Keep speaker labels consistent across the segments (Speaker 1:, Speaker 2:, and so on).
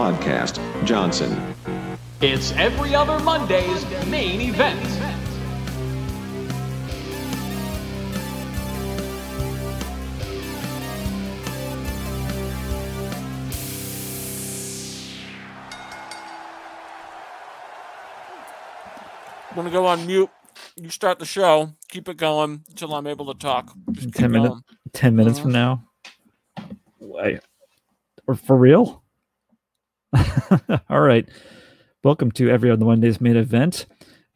Speaker 1: podcast, Johnson.
Speaker 2: It's every other Monday's main event.
Speaker 3: I'm gonna go on mute. You start the show. Keep it going until I'm able to talk. Just keep
Speaker 4: 10 minutes.
Speaker 3: going. Mm-hmm.
Speaker 4: 10 minutes from now. Wait. Or for real? All right. Welcome to Every Other Monday's main event.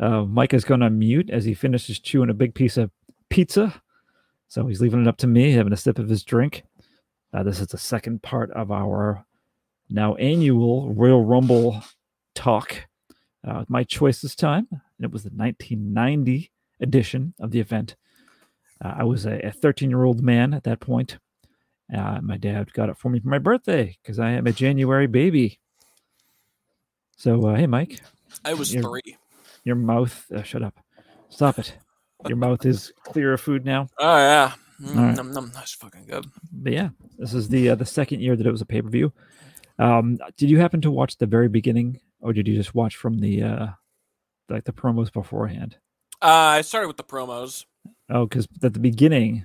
Speaker 4: Uh, Mike is going to mute as he finishes chewing a big piece of pizza. So he's leaving it up to me, having a sip of his drink. Uh, this is the second part of our now annual Royal Rumble talk. Uh, my choice this time, and it was the 1990 edition of the event. Uh, I was a 13 year old man at that point. Uh, my dad got it for me for my birthday because I am a January baby. So, uh, hey, Mike,
Speaker 3: I was
Speaker 4: You're-
Speaker 3: three.
Speaker 4: your mouth, uh, shut up. Stop it. Your mouth is clear of food now.
Speaker 3: Oh yeah. Mm,
Speaker 4: All right.
Speaker 3: nom, nom. That's fucking good.
Speaker 4: But yeah, this is the uh, the second year that it was a pay per view. Um, did you happen to watch the very beginning, or did you just watch from the uh, like the promos beforehand?
Speaker 3: Uh, I started with the promos.
Speaker 4: Oh, because at the beginning,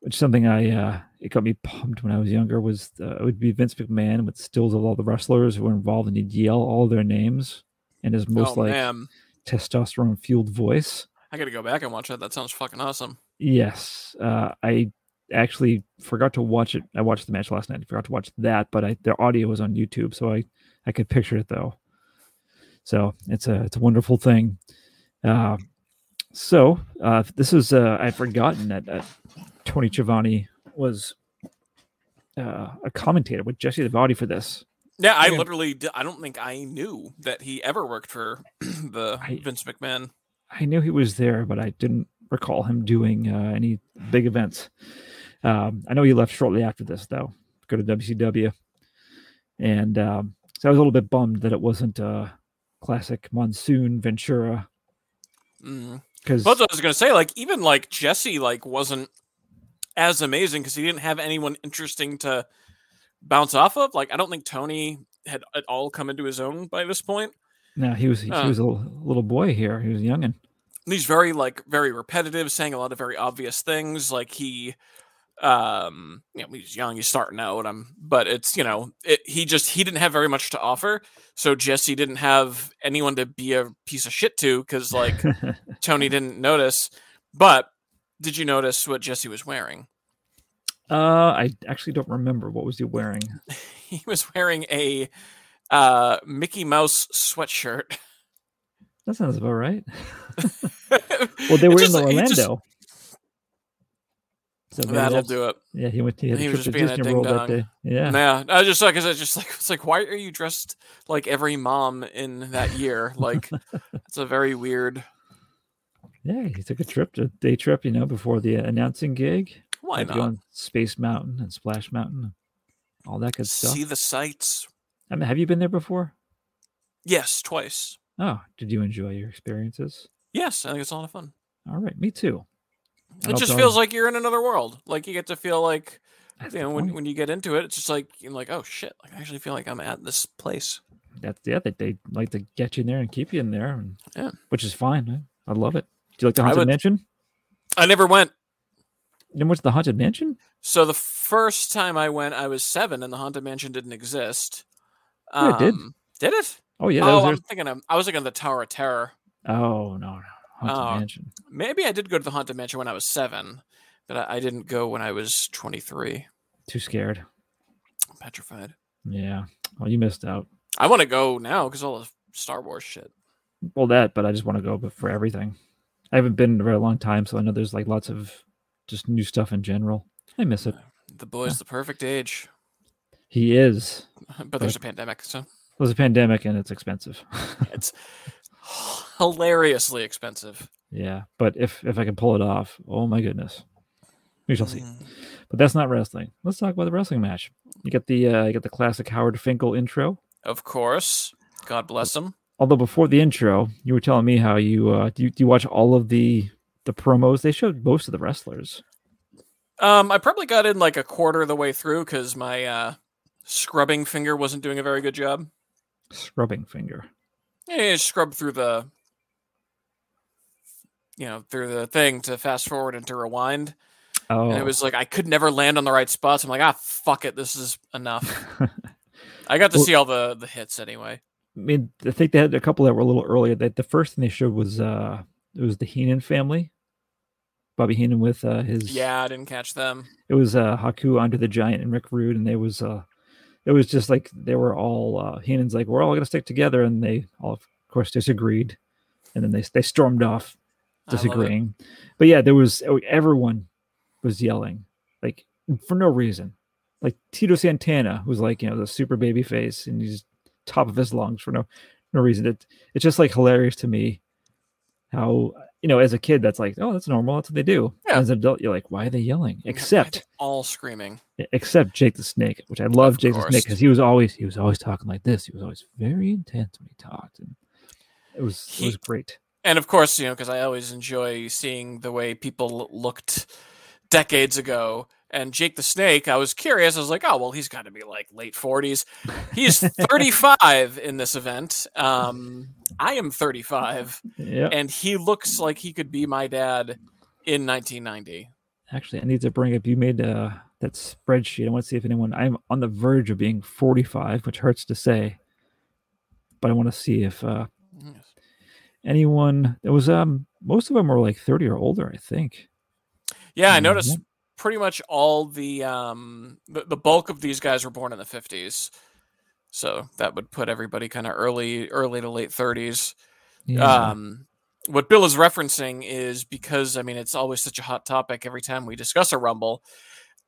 Speaker 4: which something I uh, it got me pumped when I was younger was uh, it would be Vince McMahon with stills of all the wrestlers who were involved, and he'd yell all their names in his most
Speaker 3: oh
Speaker 4: like
Speaker 3: man,
Speaker 4: testosterone fueled voice.
Speaker 3: I gotta go back and watch that. That sounds fucking awesome.
Speaker 4: Yes, uh, I actually forgot to watch it. I watched the match last night. I forgot to watch that, but I, their audio was on YouTube, so I I could picture it though. So it's a it's a wonderful thing. Uh, so uh, this is uh, I'd forgotten that uh, Tony Giovanni was uh, a commentator with Jesse Livotti for this.
Speaker 3: Yeah, I
Speaker 4: Yeah.
Speaker 3: literally. Di- I don't think I knew that he ever worked for the
Speaker 4: I-
Speaker 3: Vince McMahon.
Speaker 4: I knew he was there, but I didn't recall him doing uh, any big events. Um, I know he left shortly after this, though, to go to WCW. And um, so I was a little bit bummed that it wasn't uh, classic Monsoon Ventura
Speaker 3: Mm.
Speaker 4: because
Speaker 3: But that's what I was gonna say. Like even like Jesse like wasn't as amazing because he didn't have anyone interesting to bounce off of. Like I don't think Tony had at all come into his own by this point.
Speaker 4: no, he was he,
Speaker 3: Uh.
Speaker 4: was a little, little boy here. He was youngin.
Speaker 3: And He's very like very repetitive, saying a lot of very obvious things. Like he, um, you know, he's young, he's starting out. Um, but it's you know, it, he just he didn't have very much to offer. So Jesse didn't have anyone to be a piece of shit to because like
Speaker 4: Uh,
Speaker 3: Tony didn't notice. But did you notice what Jesse was wearing?
Speaker 4: uh, I actually don't remember what was he wearing.
Speaker 3: he was wearing a uh, Mickey Mouse sweatshirt.
Speaker 4: That sounds about right.
Speaker 3: well,
Speaker 4: Well, they were in the Orlando. So maybe
Speaker 3: that'll
Speaker 4: that's-
Speaker 3: do it.
Speaker 4: Yeah, he went. He had
Speaker 3: He
Speaker 4: a
Speaker 3: was
Speaker 4: trip
Speaker 3: just being
Speaker 4: to
Speaker 3: a
Speaker 4: Disney World that
Speaker 3: ding-dong.
Speaker 4: day. Yeah.
Speaker 3: Yeah. I was just like, 'cause I was just like, it's like, why are you dressed like every mom in that year? Like, it's a very weird.
Speaker 4: Yeah, he took a trip, a day trip, you know, before the uh, announcing gig.
Speaker 3: Why
Speaker 4: Had to
Speaker 3: not
Speaker 4: go on Space Mountain and Splash Mountain, and all that good stuff.
Speaker 3: see the sights?
Speaker 4: I mean, have you been there before?
Speaker 3: Yes, twice.
Speaker 4: Oh, did you enjoy your experiences?
Speaker 3: Yes, I think it's a lot of fun.
Speaker 4: All right, me too. And
Speaker 3: it
Speaker 4: I'll
Speaker 3: just
Speaker 4: tell
Speaker 3: feels
Speaker 4: you-
Speaker 3: like you're in another world. Like you get to feel like
Speaker 4: that's
Speaker 3: you
Speaker 4: the
Speaker 3: know when,
Speaker 4: point.
Speaker 3: when you get into it, it's just like you're like oh shit, like I actually feel like I'm at this place.
Speaker 4: that's yeah, they, they like to get you in there and keep you in there, and,
Speaker 3: Yeah.
Speaker 4: which is fine. man. I love it. Do you like the
Speaker 3: I
Speaker 4: haunted
Speaker 3: would-
Speaker 4: mansion?
Speaker 3: I never went.
Speaker 4: Then what's the haunted mansion?
Speaker 3: So the first time I went, I was seven, and the haunted mansion didn't exist. Um,
Speaker 4: Yeah, it did.
Speaker 3: Did it?
Speaker 4: Oh yeah, that
Speaker 3: oh,
Speaker 4: was
Speaker 3: I'm thinking of. I was thinking of the Tower of Terror.
Speaker 4: there. Oh no, no, haunted
Speaker 3: Oh.
Speaker 4: mansion.
Speaker 3: Maybe I did go to the haunted mansion when I was seven, but I, I didn't go when I was 23.
Speaker 4: Too scared.
Speaker 3: I'm petrified.
Speaker 4: Yeah. Well, you missed out.
Speaker 3: I want to go now because all the Star Wars shit.
Speaker 4: well that but i just want to go but for everything i haven't been in a very long time so i know there's like lots of just new stuff in general i miss it
Speaker 3: The boy's the perfect age,
Speaker 4: he is
Speaker 3: but there's a pandemic, so
Speaker 4: there's a pandemic and it's expensive
Speaker 3: it's hilariously expensive.
Speaker 4: yeah but if if i can pull it off oh my goodness we shall see
Speaker 3: Mm.
Speaker 4: but that's not wrestling let's talk about the wrestling match you get the uh you get the classic howard finkel intro
Speaker 3: Of course. God bless him.
Speaker 4: although before the intro you were telling me how you uh do you, do you watch all of the the promos they showed most of the wrestlers
Speaker 3: Um, I probably got in like a quarter of the way through because my uh, scrubbing finger wasn't doing a very good job.
Speaker 4: Scrubbing finger.
Speaker 3: Yeah, you just scrub through the you know, through the thing to fast forward and to rewind.
Speaker 4: Oh,
Speaker 3: And it was like I could never land on the right spots. I'm like, ah fuck it, this is enough. I got to
Speaker 4: Well-
Speaker 3: see all the the hits anyway.
Speaker 4: I mean, I think they had a couple that were a little earlier. That the first thing they showed was uh, it was the Heenan family, Bobby Heenan with uh, his
Speaker 3: Yeah, I didn't catch them.
Speaker 4: It was uh, Haku onto the Giant and Rick Rude, and they was uh, it was just like they were all uh, Heenan's like we're all gonna stick together, and they all of course disagreed, and then they they stormed off
Speaker 3: I love it.
Speaker 4: disagreeing. But yeah, there was oh, everyone was yelling like for no reason. Like Tito Santana was like you know the super baby face and he's top of his lungs for no no reason. It it's just like hilarious to me how you know as a kid that's like oh that's normal that's what they do.
Speaker 3: Yeah.
Speaker 4: As an adult you're like why are they yelling?
Speaker 3: Yeah, I think
Speaker 4: Except
Speaker 3: all screaming.
Speaker 4: except Jake the Snake, which I love Jake the
Speaker 3: course.
Speaker 4: Snake because he was always he was always talking like this. He was always very intense when he talked and it was it was
Speaker 3: He-
Speaker 4: great.
Speaker 3: and of course you know because i always enjoy seeing the way people l- looked decades ago and jake the snake i was curious i was like oh well he's got to be like late 40s he's 35 in this event um i am 35
Speaker 4: Yeah.
Speaker 3: and he looks like he could be my dad in 1990
Speaker 4: Actually, I need to bring up. You made uh, that spreadsheet. I want to see if anyone. I'm on the verge of being 45, which hurts to say, but I want to see if uh,
Speaker 3: Yes.
Speaker 4: anyone. It was um, most of them were like 30 or older, I think.
Speaker 3: yeah i
Speaker 4: Mhm.
Speaker 3: noticed pretty much all the um the, the bulk of these guys were born in the 50s so that would put everybody kind of early early to late 30s Um, what Bill is referencing is because I mean it's always such a hot topic every time we discuss a Rumble.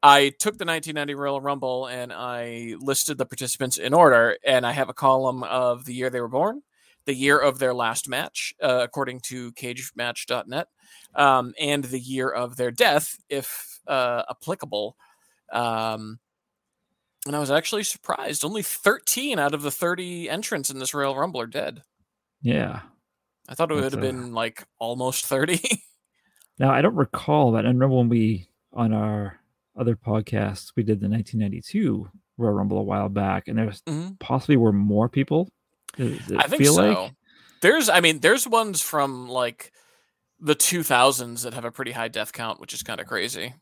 Speaker 3: I took the 1990 Royal Rumble and I listed the participants in order, and I have a column of the year they were born, the year of their last match, uh, according to CageMatch.net, um, and the year of their death, if uh, applicable. Um, and I was actually surprised; only 13 out of the 30 entrants in this Royal Rumble are dead.
Speaker 4: yeah.
Speaker 3: I thought it would
Speaker 4: That's,
Speaker 3: have
Speaker 4: uh,
Speaker 3: been like almost 30.
Speaker 4: Now I don't recall that. I remember when we on our other podcast we did the 1992 Royal Rumble a while back, and there was possibly were more people. Does it
Speaker 3: I think
Speaker 4: feel
Speaker 3: so.
Speaker 4: like?
Speaker 3: There's, I mean, there's ones from like the 2000s that have a pretty high death count, which is kind of crazy.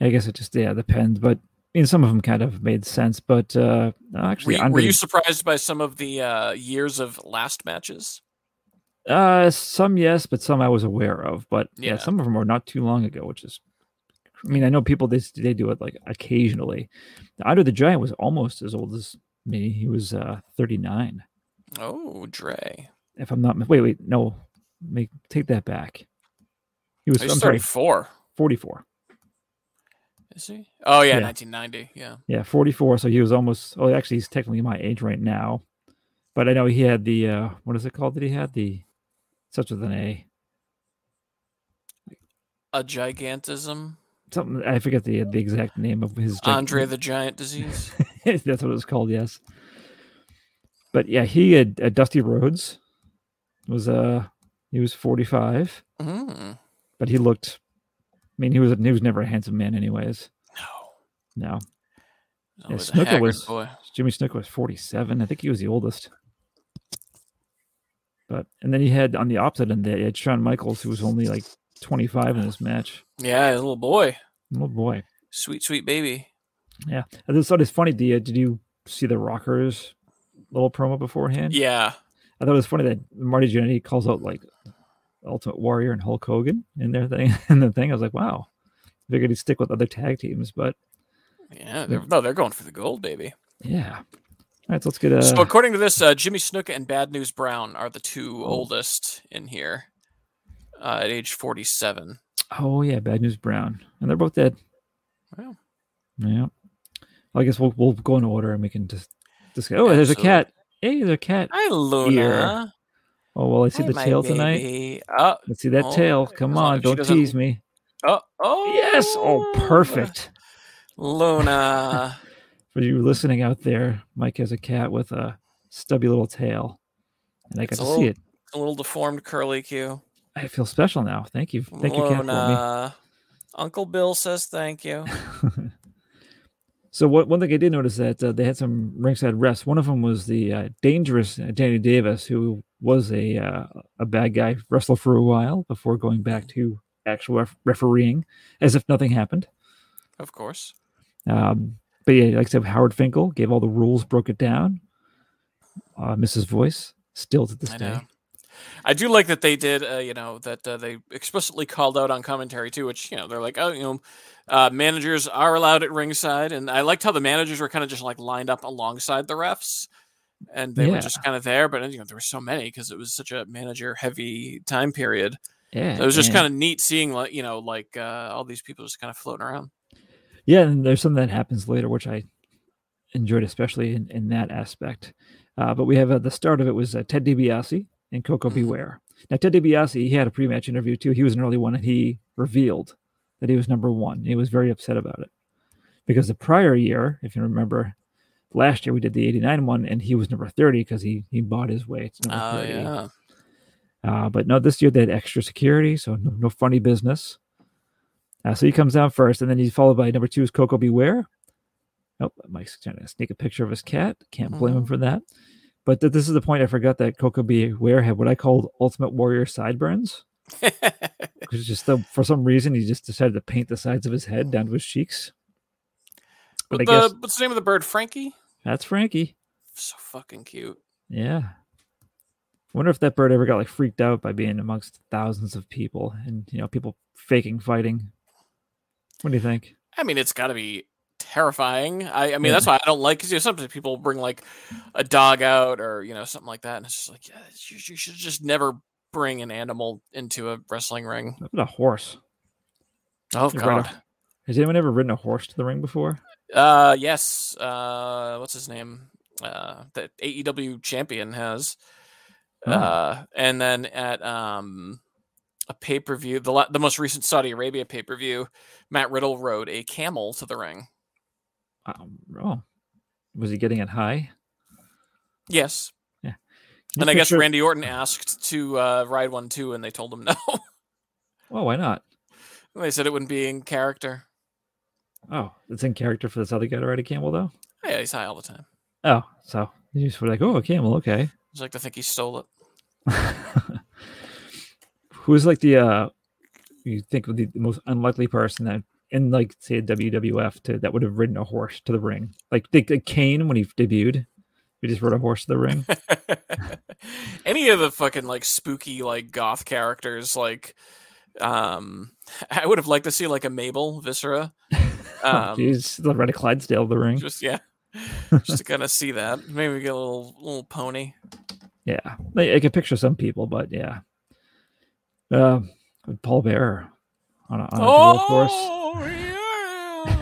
Speaker 4: I guess it just yeah depends, but I mean some of them kind of made sense. But uh, no,
Speaker 3: Were,
Speaker 4: actually,
Speaker 3: you- were
Speaker 4: Andre,
Speaker 3: you surprised by some of the uh, years of last matches?
Speaker 4: uh, some yes, but some I was aware of. But yeah.
Speaker 3: Yeah.
Speaker 4: some of them were not too long ago, which is. I mean, I know people they they do it like occasionally. Under the Giant was almost as old as me. He was uh, thirty nine,
Speaker 3: Oh, Dre.
Speaker 4: if I'm not. Wait, wait, no, make take that back. He was.
Speaker 3: He's
Speaker 4: I'm sorry,
Speaker 3: 34.
Speaker 4: forty four.
Speaker 3: Is he? Oh, yeah,
Speaker 4: Yeah.
Speaker 3: 1990. Yeah.
Speaker 4: Yeah, 44. So he was almost, well, actually, he's technically my age right now. But I know he had the, uh, what is it called that he had? The, such with an A.
Speaker 3: A gigantism.
Speaker 4: Something, I forget the the exact name of his. gen-
Speaker 3: Andre the Giant disease.
Speaker 4: That's what it was called, yes. But yeah, he had uh, Dusty Rhodes was, uh, he was 45,
Speaker 3: Mm,
Speaker 4: but he looked, I mean, he was, he was never a handsome man, anyways.
Speaker 3: no.
Speaker 4: No.
Speaker 3: That was a
Speaker 4: Snooker
Speaker 3: haggard
Speaker 4: was-
Speaker 3: boy.
Speaker 4: Jimmy Snooker was 47. I think he was the oldest. But and then he had on the opposite end there, he had Shawn Michaels, who was only like 25 in this match.
Speaker 3: Yeah, a little boy.
Speaker 4: Oh boy.
Speaker 3: Sweet, sweet baby.
Speaker 4: Yeah. I just thought it's funny. The, uh, did you see the Rockers little promo beforehand?
Speaker 3: Yeah.
Speaker 4: I thought it was funny that Marty Jannetty calls out like Ultimate Warrior and Hulk Hogan in their thing in the thing. I was like, wow. Figured he'd stick with other tag teams, but
Speaker 3: Yeah. They're, no, they're going for the gold, baby.
Speaker 4: yeah. All right, so let's get a
Speaker 3: so according to this, uh, Jimmy Snuka and Bad News Brown are the two
Speaker 4: oh.
Speaker 3: oldest in here uh, at age 47.
Speaker 4: Oh yeah, Bad News Brown, and they're both dead.
Speaker 3: Wow.
Speaker 4: Yeah. Well, I guess we'll we'll go in order and we can just discuss. Oh, there's a
Speaker 3: Absolutely.
Speaker 4: cat. Hey, there's a cat.
Speaker 3: Hi, Luna.
Speaker 4: Oh well, I see
Speaker 3: Hi,
Speaker 4: the
Speaker 3: my
Speaker 4: tail tonight.
Speaker 3: baby. Oh,
Speaker 4: Let's see that
Speaker 3: Oh,
Speaker 4: tail.
Speaker 3: as
Speaker 4: Come
Speaker 3: long
Speaker 4: on,
Speaker 3: as she
Speaker 4: don't
Speaker 3: doesn't-
Speaker 4: tease me.
Speaker 3: oh, oh.
Speaker 4: Yes. Oh, perfect.
Speaker 3: Luna.
Speaker 4: For you listening out there, Mike has a cat with a stubby little tail, and I got
Speaker 3: It's
Speaker 4: to
Speaker 3: a
Speaker 4: see
Speaker 3: little-
Speaker 4: it.
Speaker 3: a little deformed curly Q.
Speaker 4: I feel special now. Thank you, thank you, cat, for me.
Speaker 3: Luna. Uncle Bill says thank you.
Speaker 4: So what, one thing I did notice that uh, they had some ringside refs. One of them was the uh, dangerous uh, Danny Davis, who was a uh, a bad guy wrestler for a while before going back to actual ref- refereeing, as if nothing happened.
Speaker 3: Of course.
Speaker 4: Um, but yeah, like I said, Howard Finkel gave all the rules, broke it down. Uh, Mrs. Voice still to this
Speaker 3: I
Speaker 4: day.
Speaker 3: know. I do like that they did, uh, you know, that uh, they explicitly called out on commentary too, which you know they're like, oh, you know, uh, managers are allowed at ringside, and I liked how the managers were kind of just like lined up alongside the refs, and they
Speaker 4: Yeah.
Speaker 3: were just kind of there. But you know, there were so many because it was such a manager-heavy time period.
Speaker 4: Yeah,
Speaker 3: So it was just
Speaker 4: and-
Speaker 3: kind of neat seeing, like, you know, like uh, all these people just kind of floating around.
Speaker 4: yeah and there's something that happens later which i enjoyed especially in, in that aspect uh, but we have uh, the start of it was uh, ted DiBiase and coco
Speaker 3: Mhm.
Speaker 4: beware now ted DiBiase, he had a pre-match interview too he was an early one and he revealed that he was number one he was very upset about it because the prior year if you remember last year we did the 89 one and he was number 30 because he he bought his way to number
Speaker 3: Oh
Speaker 4: 30
Speaker 3: yeah,
Speaker 4: uh, but no, this year they had extra security, so no, no funny business. Uh, so he comes down first, and then he's followed by number two is Coco Beware. Oh, Mike's trying to sneak a picture of his cat. Can't blame him for that. But th- this is the point I forgot that Coco Beware had what I called Ultimate Warrior sideburns. Because just the, for some reason he just decided to paint the sides of his head down to his cheeks. But
Speaker 3: but
Speaker 4: I
Speaker 3: the,
Speaker 4: guess
Speaker 3: what's the name of the bird? Frankie.
Speaker 4: that's Frankie.
Speaker 3: So fucking cute.
Speaker 4: Yeah. Wonder if that bird ever got like freaked out by being amongst thousands of people and you know people faking fighting. What do you think?
Speaker 3: I mean, it's got to be terrifying. I, I mean, that's why I don't like because you know sometimes people bring like a dog out or you know something like that, and it's just like yeah, you, you should just never bring an animal into a wrestling ring.
Speaker 4: What about a horse?
Speaker 3: Oh
Speaker 4: You're right.
Speaker 3: god.
Speaker 4: Has anyone ever ridden a horse to the ring before?
Speaker 3: Uh, yes. Uh, what's his name? Uh, that AEW champion has.
Speaker 4: Oh.
Speaker 3: Uh, and then at um a pay per view, the la- the most recent Saudi Arabia pay per view, Matt Riddle rode a camel to the ring.
Speaker 4: Um, oh, was he getting it high?
Speaker 3: Yes,
Speaker 4: Can you
Speaker 3: And I guess
Speaker 4: picture-
Speaker 3: Randy Orton asked to uh, ride one too, and they told him no.
Speaker 4: Oh, why not?
Speaker 3: they said it wouldn't be in character.
Speaker 4: Oh, it's in character for this other guy to ride a camel though.
Speaker 3: Yeah, he's high all the time.
Speaker 4: Oh, so you just were like, oh, a camel, okay.
Speaker 3: It's like to think he stole it.
Speaker 4: Who's like the uh you think would be the most unlikely person that in like say a WWF to that would have ridden a horse to the ring? Like think like Kane when he debuted, he just rode a horse to the ring.
Speaker 3: Any of the fucking like spooky like goth characters, like um, I would have liked to see like a Mabel Viscera.
Speaker 4: oh,
Speaker 3: Um,
Speaker 4: geez, the Red Clydesdale of the ring.
Speaker 3: just yeah, just to kind of see that. Maybe we get a little little pony.
Speaker 4: Yeah, I, I can picture some people, but yeah. Uh, Paul Bearer on a, on a dual horse.
Speaker 3: Oh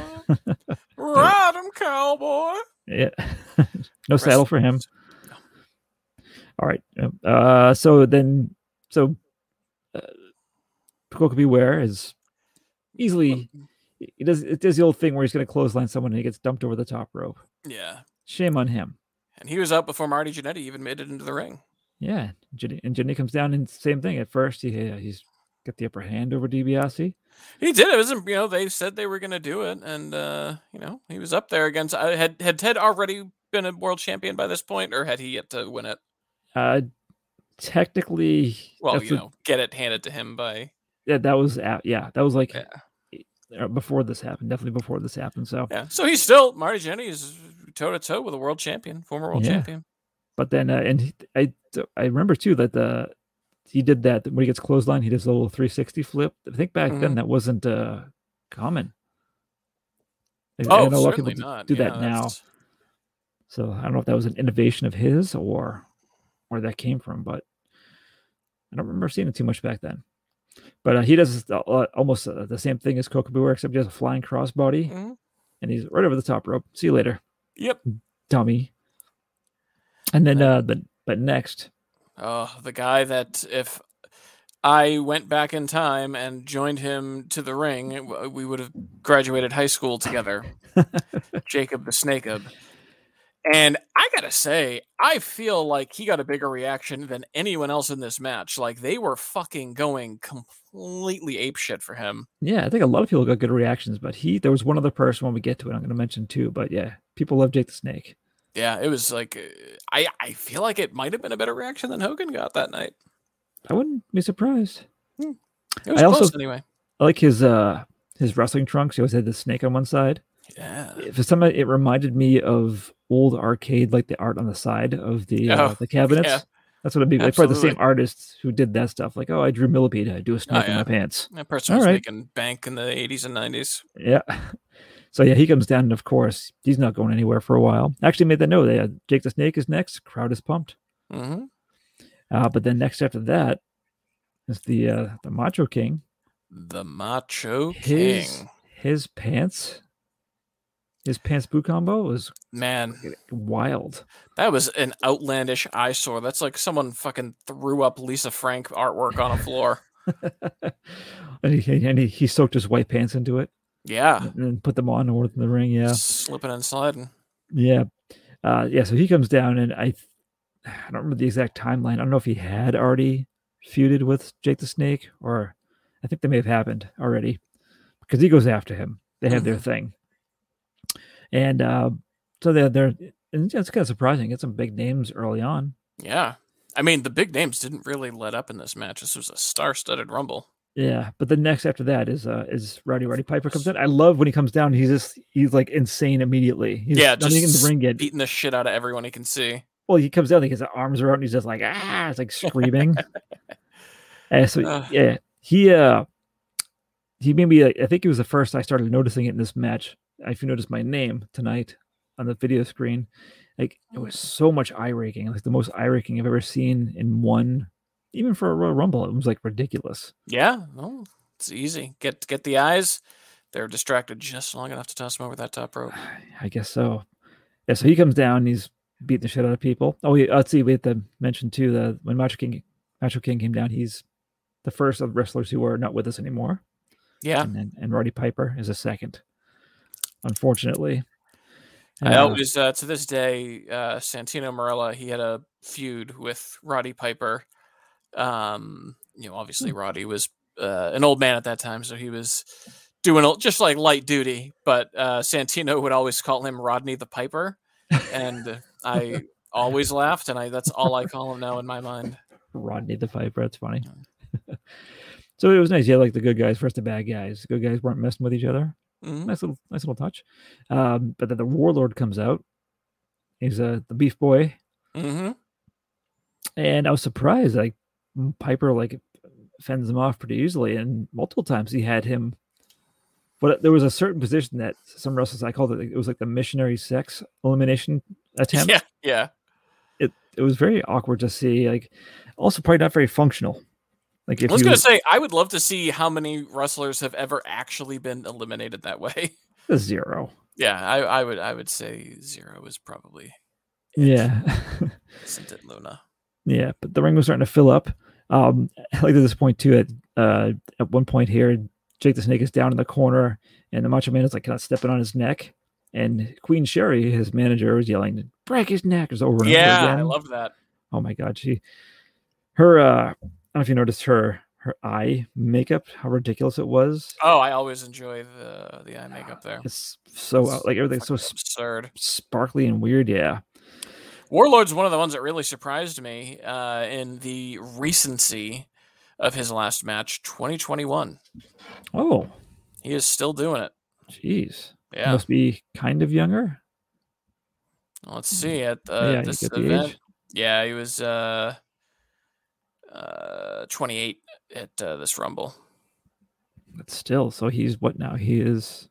Speaker 3: yeah, ride 'em, cowboy.
Speaker 4: Yeah. no saddle for him.
Speaker 3: Rest-
Speaker 4: All right. um, Uh, so then, so uh, Coco Beware is easily. It does. It does the old thing where he's going to clothesline someone and he gets dumped over the top rope.
Speaker 3: Yeah,
Speaker 4: Shame on him.
Speaker 3: And he was out before Marty Jannetty even made it into the ring.
Speaker 4: Yeah. Jenny, and Jenny comes down and same thing. At first, he yeah, he's got the upper hand over DiBiase.
Speaker 3: He did. It was, you know, they said they were going to do it, and uh, you know, he was up there against. I had had Ted already been a world champion by this point, or had he yet to win it?
Speaker 4: Uh, technically,
Speaker 3: Well,
Speaker 4: that's
Speaker 3: you
Speaker 4: the-
Speaker 3: know, get it handed to him by.
Speaker 4: yeah, that was at, yeah, that was like
Speaker 3: Yeah.
Speaker 4: uh, before this happened. Definitely before this happened. So
Speaker 3: Yeah. So he's still Marty Jannetty is toe to toe with a world champion, former world
Speaker 4: Yeah.
Speaker 3: champion.
Speaker 4: But then, uh, and he, I so I remember too that the he did that when he gets clothesline, he does a little 360 flip. I think back then
Speaker 3: Mhm.
Speaker 4: that wasn't uh, common. I, I
Speaker 3: Oh,
Speaker 4: know a lot of people
Speaker 3: certainly
Speaker 4: d-
Speaker 3: not.
Speaker 4: do
Speaker 3: Yeah,
Speaker 4: that now,
Speaker 3: that's-
Speaker 4: so I don't know if that was an innovation of his or where that came from, but I don't remember seeing it too much back then. But uh, he does a lot- almost uh, the same thing as Kokabua, except he has a flying crossbody
Speaker 3: Mhm.
Speaker 4: and he's right over the top rope. See you later,
Speaker 3: Yep.
Speaker 4: dummy. And then,
Speaker 3: Right.
Speaker 4: uh, but but next,
Speaker 3: Oh, the guy that if I went back in time and joined him to the ring, w- we would have graduated high school together. Jacob the Snakeub. And I gotta say, I feel like he got a bigger reaction than anyone else in this match. Like they were fucking going completely apeshit for him.
Speaker 4: Yeah, I think a lot of people got good reactions, but he there was one other person when we get to it I'm going to mention too, but yeah, people love Jake the Snake.
Speaker 3: Yeah, it was like uh, I I feel like it might have been a better reaction than Hogan got that night.
Speaker 4: I wouldn't be surprised.
Speaker 3: It was
Speaker 4: I
Speaker 3: close
Speaker 4: also-
Speaker 3: anyway.
Speaker 4: I like his uh his wrestling trunks. He always had the snake on one side.
Speaker 3: Yeah.
Speaker 4: For some, it reminded me of old arcade, like the art on the side of the uh,
Speaker 3: Oh,
Speaker 4: the cabinets.
Speaker 3: yeah.
Speaker 4: That's what it'd be. Like, probably the same
Speaker 3: Absolutely. Oh,
Speaker 4: artists who did that stuff. Like, oh, I drew millipede. I do a snake in
Speaker 3: yeah.
Speaker 4: my pants.
Speaker 3: That person
Speaker 4: All
Speaker 3: was
Speaker 4: right.
Speaker 3: making bank in the 80s and 90s.
Speaker 4: Yeah. So yeah, he comes down, and of course, he's not going anywhere for a while. Actually, made that note. Yeah, Jake the Snake is next. Crowd is pumped.
Speaker 3: hmm
Speaker 4: Uh, but then next after that is the uh, the Macho King.
Speaker 3: The Macho
Speaker 4: His
Speaker 3: King.
Speaker 4: his pants, his pants boot combo was
Speaker 3: Man,
Speaker 4: wild.
Speaker 3: that was an outlandish eyesore. That's like someone fucking threw up Lisa Frank artwork on a floor.
Speaker 4: and he, and he, he soaked his white pants into it
Speaker 3: Yeah.
Speaker 4: and then put them on and wore them in the ring. Yeah,
Speaker 3: Slipping and sliding.
Speaker 4: yeah, uh, yeah. So he comes down, and I, th- I don't remember the exact timeline. I don't know if he had already feuded with Jake the Snake, or I think they may have happened already, because he goes after him. They have
Speaker 3: Mm-hmm.
Speaker 4: their thing, and uh, so they're they're. And it's kind of surprising. Get some big names early on.
Speaker 3: Yeah. I mean, the big names didn't really let up in this match. This was a star studded rumble.
Speaker 4: Yeah, but the next after that is uh is Rowdy Roddy Piper comes in. I love when he comes down. He's just he's like insane immediately. He's
Speaker 3: Yeah,
Speaker 4: not even in
Speaker 3: just
Speaker 4: the ring yet.
Speaker 3: Beating the shit out of everyone he can see.
Speaker 4: Well, he comes down, like his arms are out, and he's just like ah, it's like screaming. and so
Speaker 3: Ugh.
Speaker 4: yeah, he uh he made me. Like, I think he was the first I started noticing it in this match. Uh, If you notice my name tonight on the video screen, like it was so much eye raking, like the most eye raking I've ever seen in one, even for a Royal Rumble. It was like ridiculous.
Speaker 3: Yeah. No, it's easy. Get get the eyes. They're distracted just long enough to toss him over that top rope.
Speaker 4: I guess so. Yeah, so he comes down and he's beating the shit out of people. Oh, yeah, let's see. We have to mention too that when Macho King, Macho King came down, he's the first of wrestlers who are not with us anymore,
Speaker 3: Yeah.
Speaker 4: and then and Roddy Piper is a second. Unfortunately,
Speaker 3: I
Speaker 4: Uh,
Speaker 3: always, uh, to this day, uh, Santino Marella, he had a feud with Roddy Piper. Um, you know, obviously
Speaker 4: Hmm.
Speaker 3: Roddy was uh, an old man at that time, so he was doing a- just like light duty. But uh, Santino would always call him Rodney the Piper, and I always laughed, and I that's all I call him now in my mind.
Speaker 4: Rodney the Piper. That's funny. so it was nice. Yeah, like the good guys versus the bad guys. The good guys weren't messing with each other.
Speaker 3: Mhm.
Speaker 4: nice little nice little touch. Um, but then the warlord comes out. He's uh, the beef boy,
Speaker 3: Mhm.
Speaker 4: and I was surprised. Like m- Piper, like fends him off pretty easily, and multiple times he had him. But there was a certain position that some wrestlers I called it. like, It was like the missionary sex elimination attempt.
Speaker 3: Yeah, yeah,
Speaker 4: It was very awkward to see. Like, also probably not very functional. Like if
Speaker 3: I was
Speaker 4: you,
Speaker 3: gonna say I would love to see how many wrestlers have ever actually been eliminated that way.
Speaker 4: a zero.
Speaker 3: Yeah, I, I would I would say zero is probably it.
Speaker 4: Yeah.
Speaker 3: Isn't it Luna?
Speaker 4: Yeah, but the ring was starting to fill up. Um, I like at this point too. At uh, at one point here, Jake the Snake is down in the corner, and the Macho Man is like kind of stepping on his neck, and Queen Sherry, his manager, was yelling, "Break his neck!" Is over and over
Speaker 3: Yeah,
Speaker 4: again.
Speaker 3: I love that.
Speaker 4: oh my god, she, her. Uh, I don't know if you noticed her her eye makeup, how ridiculous it was.
Speaker 3: Oh, I always enjoy the the eye makeup there.
Speaker 4: It's so out- like everything's so
Speaker 3: Fucking
Speaker 4: sp-
Speaker 3: absurd.
Speaker 4: sparkly and weird. Yeah,
Speaker 3: Warlord's one of the ones that really surprised me uh, in the recency of his last match, 2021.
Speaker 4: Oh,
Speaker 3: He is still doing it.
Speaker 4: jeez.
Speaker 3: Yeah.
Speaker 4: Must be kind of younger.
Speaker 3: Let's see at
Speaker 4: Yeah,
Speaker 3: uh,
Speaker 4: you
Speaker 3: this
Speaker 4: get the
Speaker 3: event.
Speaker 4: age.
Speaker 3: Yeah, he was uh, uh, 28 at uh, this Rumble.
Speaker 4: But still, so he's what now? He is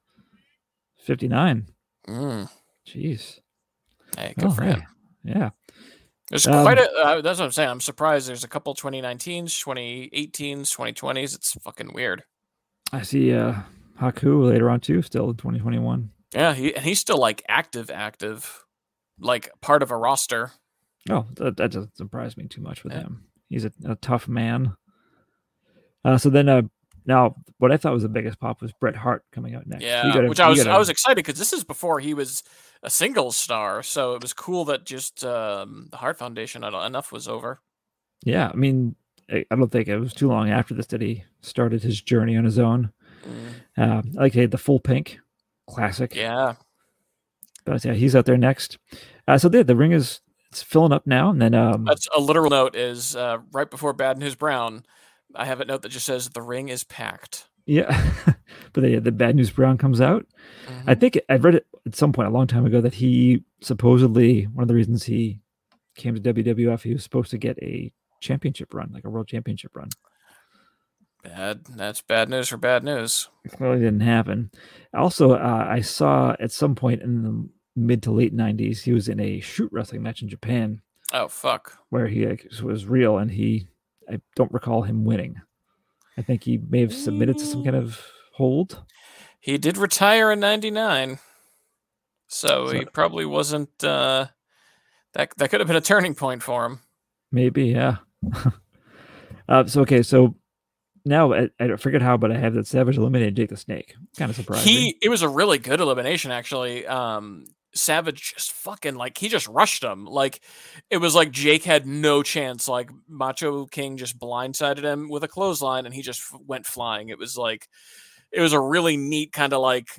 Speaker 4: 59.
Speaker 3: Mm.
Speaker 4: Jeez.
Speaker 3: Hey, good
Speaker 4: Oh,
Speaker 3: for
Speaker 4: hey.
Speaker 3: him.
Speaker 4: Yeah.
Speaker 3: There's
Speaker 4: Um,
Speaker 3: quite a. Uh, that's what I'm saying. I'm surprised. There's a couple 2019s, 2018s, 2020s. It's fucking weird.
Speaker 4: I see uh Haku later on too, still in 2021.
Speaker 3: Yeah, he and he's still like active, active, like part of a roster.
Speaker 4: Oh, that, that doesn't surprise me too much with
Speaker 3: Yeah.
Speaker 4: him. He's a, a tough man. Uh, so then uh Now, what I thought was the biggest pop was Bret Hart coming out next. You
Speaker 3: Yeah,
Speaker 4: gotta-
Speaker 3: which I
Speaker 4: you
Speaker 3: was I
Speaker 4: gotta-
Speaker 3: was excited because this is before he was a singles star, so it was cool that just um, the Heart Foundation en- enough was over.
Speaker 4: yeah. I mean, I I don't think it was too long after this that he started his journey on his own.
Speaker 3: Mm.
Speaker 4: Uh, I like he had the full pink, classic.
Speaker 3: Yeah,
Speaker 4: But yeah, he's out there next. Uh, so the the ring is it's filling up now, and then um,
Speaker 3: that's a literal note is uh, right before Bad News Brown. I have a note that just says the ring is packed.
Speaker 4: yeah. but the the bad news Brown comes out. I
Speaker 3: Mhm.
Speaker 4: think I read it at some point a long time ago that he supposedly one of the reasons he came to WWF he was supposed to get a championship run, like a world championship run.
Speaker 3: Bad, that's bad news for bad news.
Speaker 4: It clearly didn't happen. Also, uh, I saw at some point in the mid to late '90s he was in a shoot wrestling match in Japan
Speaker 3: Oh fuck!
Speaker 4: where he like, was real, and he I don't recall him winning. I think he may have submitted to some kind of hold.
Speaker 3: He did retire in '99, so,
Speaker 4: So-
Speaker 3: he probably wasn't. Uh, that that could have been a turning point for him.
Speaker 4: Maybe, yeah. uh, so okay, so now I, I forget how, but I have that Savage eliminated Jake the Snake. Kind of surprising.
Speaker 3: He it was a really good elimination actually. Um Savage just fucking like he just rushed him. Like it was like Jake had no chance. Like Macho King just blindsided him with a clothesline and he just f- went flying. It was like it was a really neat kind of like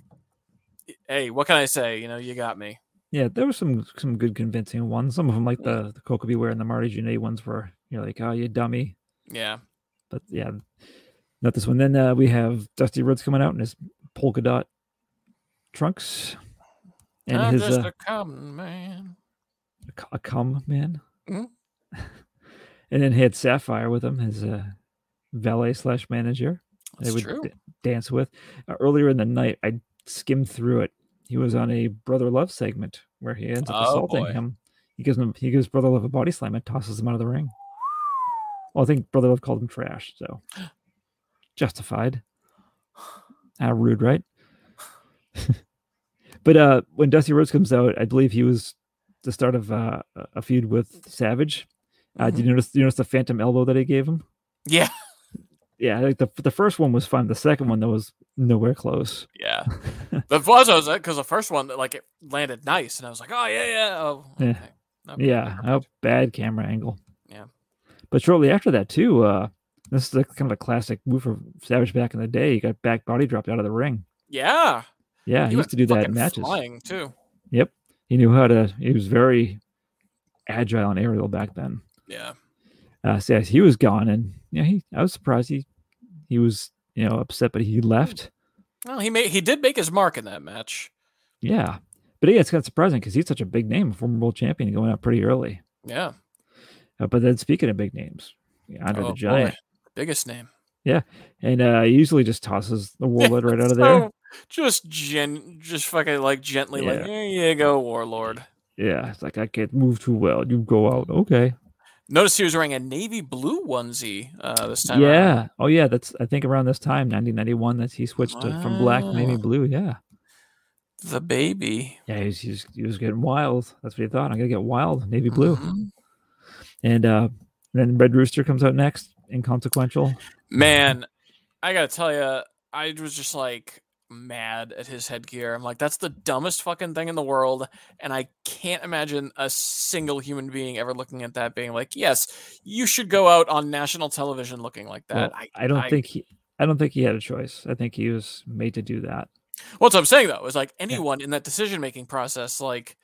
Speaker 3: hey, what can I say? You know, you got me.
Speaker 4: yeah, there was some some good convincing ones. Some of them, like
Speaker 3: Yeah.
Speaker 4: the the Coco Beware and the Marty Jannetty ones, were you're like, oh, you dummy.
Speaker 3: Yeah.
Speaker 4: But yeah, not this one. Then uh, we have Dusty Rhodes coming out in his polka dot trunks and
Speaker 3: I'm
Speaker 4: his
Speaker 3: just
Speaker 4: uh,
Speaker 3: a common man.
Speaker 4: a c- a cum man.
Speaker 3: Mhm.
Speaker 4: and then he had Sapphire with him, his uh, valet slash manager. they
Speaker 3: That's
Speaker 4: would
Speaker 3: true.
Speaker 4: d- dance with. Uh, earlier in the night, I skimmed through it. He was on a brother love segment where he ends up
Speaker 3: Oh,
Speaker 4: assaulting
Speaker 3: boy.
Speaker 4: him. He gives him he gives brother love a body slam and tosses him out of the ring. Well, I think brother love called him trash, so justified. How rude, right? but uh, when Dusty Rhodes comes out, I believe he was the start of uh, a- a feud with Savage. Uh,
Speaker 3: Mm-hmm.
Speaker 4: Did you notice? You notice the phantom elbow that he gave him?
Speaker 3: Yeah.
Speaker 4: yeah, like the the first one was fun. The second one that was nowhere close.
Speaker 3: Yeah. the was I was because the first one like it landed nice and I was like, oh yeah, yeah. Oh,
Speaker 4: Yeah.
Speaker 3: okay. okay,
Speaker 4: yeah,
Speaker 3: perfect."
Speaker 4: oh, bad camera angle.
Speaker 3: Yeah.
Speaker 4: but shortly after that too. Uh, this is a, kind of a classic move for Savage back in the day. He got back body dropped out of the ring.
Speaker 3: Yeah.
Speaker 4: Yeah, he,
Speaker 3: went
Speaker 4: used to do that in
Speaker 3: fucking
Speaker 4: matches.
Speaker 3: Flying too.
Speaker 4: Yep, he knew how to. He was very agile and aerial back then.
Speaker 3: Yeah.
Speaker 4: Uh, so yes, he was gone, and yeah, he. I was surprised he he was you know upset, but he left.
Speaker 3: Well, he made he did make his mark in that match.
Speaker 4: Yeah, but yeah, it's kind of surprising because he's such a big name, a former world champion, going out pretty early.
Speaker 3: Yeah.
Speaker 4: Uh, but then speaking of big names, yeah, Andre
Speaker 3: Oh,
Speaker 4: the
Speaker 3: boy.
Speaker 4: Giant,
Speaker 3: Biggest name.
Speaker 4: and uh, he usually just tosses the warlord right out of there.
Speaker 3: So, just gen just fucking like gently
Speaker 4: Yeah.
Speaker 3: like here you go, warlord.
Speaker 4: Yeah, it's like I can't move too well. You go out, okay?
Speaker 3: Notice he was wearing a navy blue onesie uh this time. around.
Speaker 4: yeah. Oh yeah, that's I think around this time, 1991, that he switched to, from black to navy
Speaker 3: Wow.
Speaker 4: blue. Yeah,
Speaker 3: The baby.
Speaker 4: yeah, he was, he was he was getting wild. That's what he thought. I'm gonna get wild, navy blue,
Speaker 3: Mhm.
Speaker 4: and uh, then Red Rooster comes out next, inconsequential.
Speaker 3: Man, I gotta tell you, I was just like mad at his headgear. I'm like, that's the dumbest fucking thing in the world, and I can't imagine a single human being ever looking at that being like, yes, you should go out on national television looking like
Speaker 4: Well,
Speaker 3: that. I,
Speaker 4: I don't think he. I don't think he had a choice. I think he was made to do
Speaker 3: Well,
Speaker 4: that.
Speaker 3: that's what I'm saying though is like anyone in that decision making process, like,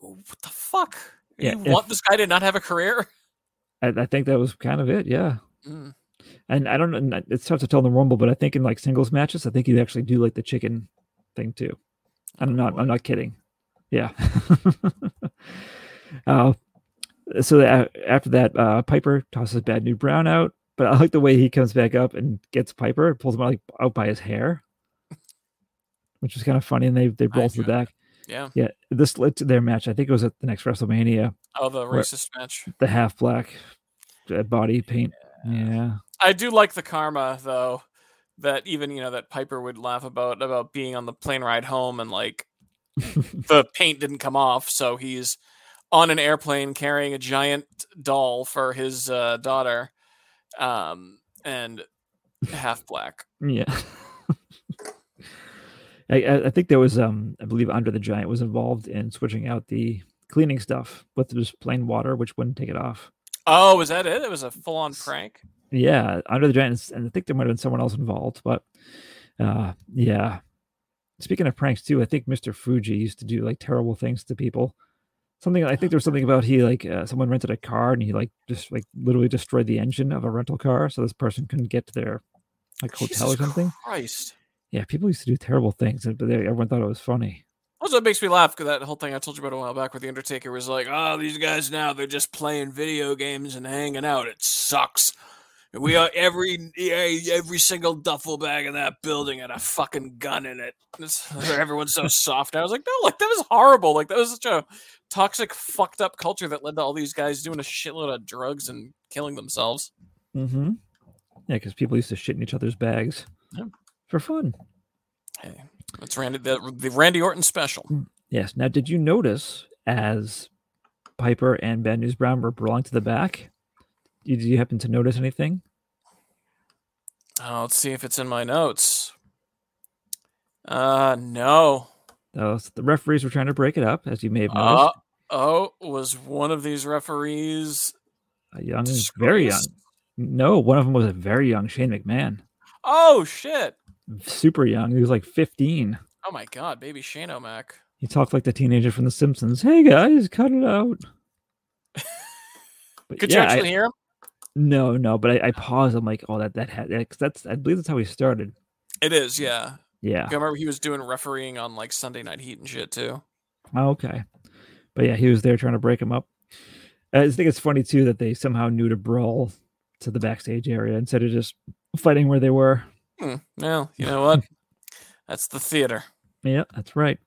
Speaker 3: what the fuck?
Speaker 4: Yeah,
Speaker 3: you want this guy to not have a career?
Speaker 4: I, I think that was kind of it. Yeah.
Speaker 3: Mm.
Speaker 4: and I don't know. and It's tough to tell in the Rumble, but I think in like singles matches, I think you actually do like the chicken thing too. I'm not. I'm not kidding. Yeah. uh, so that, after that, uh, Piper tosses Bad New Brown out, but I like the way he comes back up and gets Piper, and pulls him out, like, out by his hair, which is kind of funny. And they they brawl to the
Speaker 3: enjoyed
Speaker 4: back.
Speaker 3: Yeah.
Speaker 4: Yeah, this led to their match. I think it was at the next WrestleMania.
Speaker 3: Oh, the
Speaker 4: Where-
Speaker 3: racist match.
Speaker 4: The half black uh, body paint. Yeah.
Speaker 3: I do like the karma though that even you know that Piper would laugh about about being on the plane ride home and like the paint didn't come off so he's on an airplane carrying a giant doll for his uh, daughter um and half black.
Speaker 4: Yeah. I, I- I think there was, um, I believe, Under the Giant was involved in switching out the cleaning stuff with just plain water, which wouldn't take it off.
Speaker 3: Oh, was that it? It was a full on prank.
Speaker 4: Yeah, Under the Giant, is- and I think there might have been someone else involved, but uh, yeah. Speaking of pranks too, I think Mr. Fuji used to do like terrible things to people. Something I think there was something about he like uh, someone rented a car and he like just like literally destroyed the engine of a rental car, so this person couldn't get to their like hotel
Speaker 3: Jesus
Speaker 4: or something.
Speaker 3: Christ.
Speaker 4: Yeah, people used to do terrible things, and- but they, everyone thought it was funny.
Speaker 3: Also, it makes me laugh because that whole thing I told you about a while back with The Undertaker was like, oh, these guys now, they're just playing video games and hanging out. It sucks. We are every e- every single duffel bag in that building had a fucking gun in it. It's- everyone's so soft. I was like, no, like that was horrible. Like that was such a toxic, fucked up culture that led to all these guys doing a shitload of drugs and killing themselves.
Speaker 4: Mm-hmm. Yeah, because people used to shit in each other's bags
Speaker 3: Yep.
Speaker 4: for fun.
Speaker 3: Hey, that's Randy the, the Randy Orton special.
Speaker 4: Yes. Now, did you notice as Piper and Bad News Brown were brawling to the back? Did you happen to notice anything?
Speaker 3: Oh, let's see if it's in my notes. Uh, no.
Speaker 4: Uh, s- the referees were trying to break it up, as you may have
Speaker 3: Uh,
Speaker 4: noticed.
Speaker 3: oh, was one of these referees
Speaker 4: a young, very young.
Speaker 3: disgraced?
Speaker 4: No, one of them was a very young Shane McMahon,
Speaker 3: Oh shit!
Speaker 4: super young. He was like 15.
Speaker 3: Oh my god, baby Shane O'Mac.
Speaker 4: He talked like the teenager from The Simpsons. Hey guys, cut it out. But
Speaker 3: Could
Speaker 4: yeah,
Speaker 3: you
Speaker 4: I-
Speaker 3: actually hear him?
Speaker 4: No, no, but I, I paused. I'm like, oh, that that had that- 'cause that's I believe that's how he started.
Speaker 3: It is, yeah.
Speaker 4: Yeah. Ah.
Speaker 3: I remember he was doing refereeing on like Sunday Night Heat and shit too.
Speaker 4: Oh, okay. But yeah, he was there trying to break him up. I just think it's funny too that they somehow knew to brawl to the backstage area instead of just fighting where they were.
Speaker 3: Hmm. Well, you know what? That's the theater.
Speaker 4: Yeah, that's right.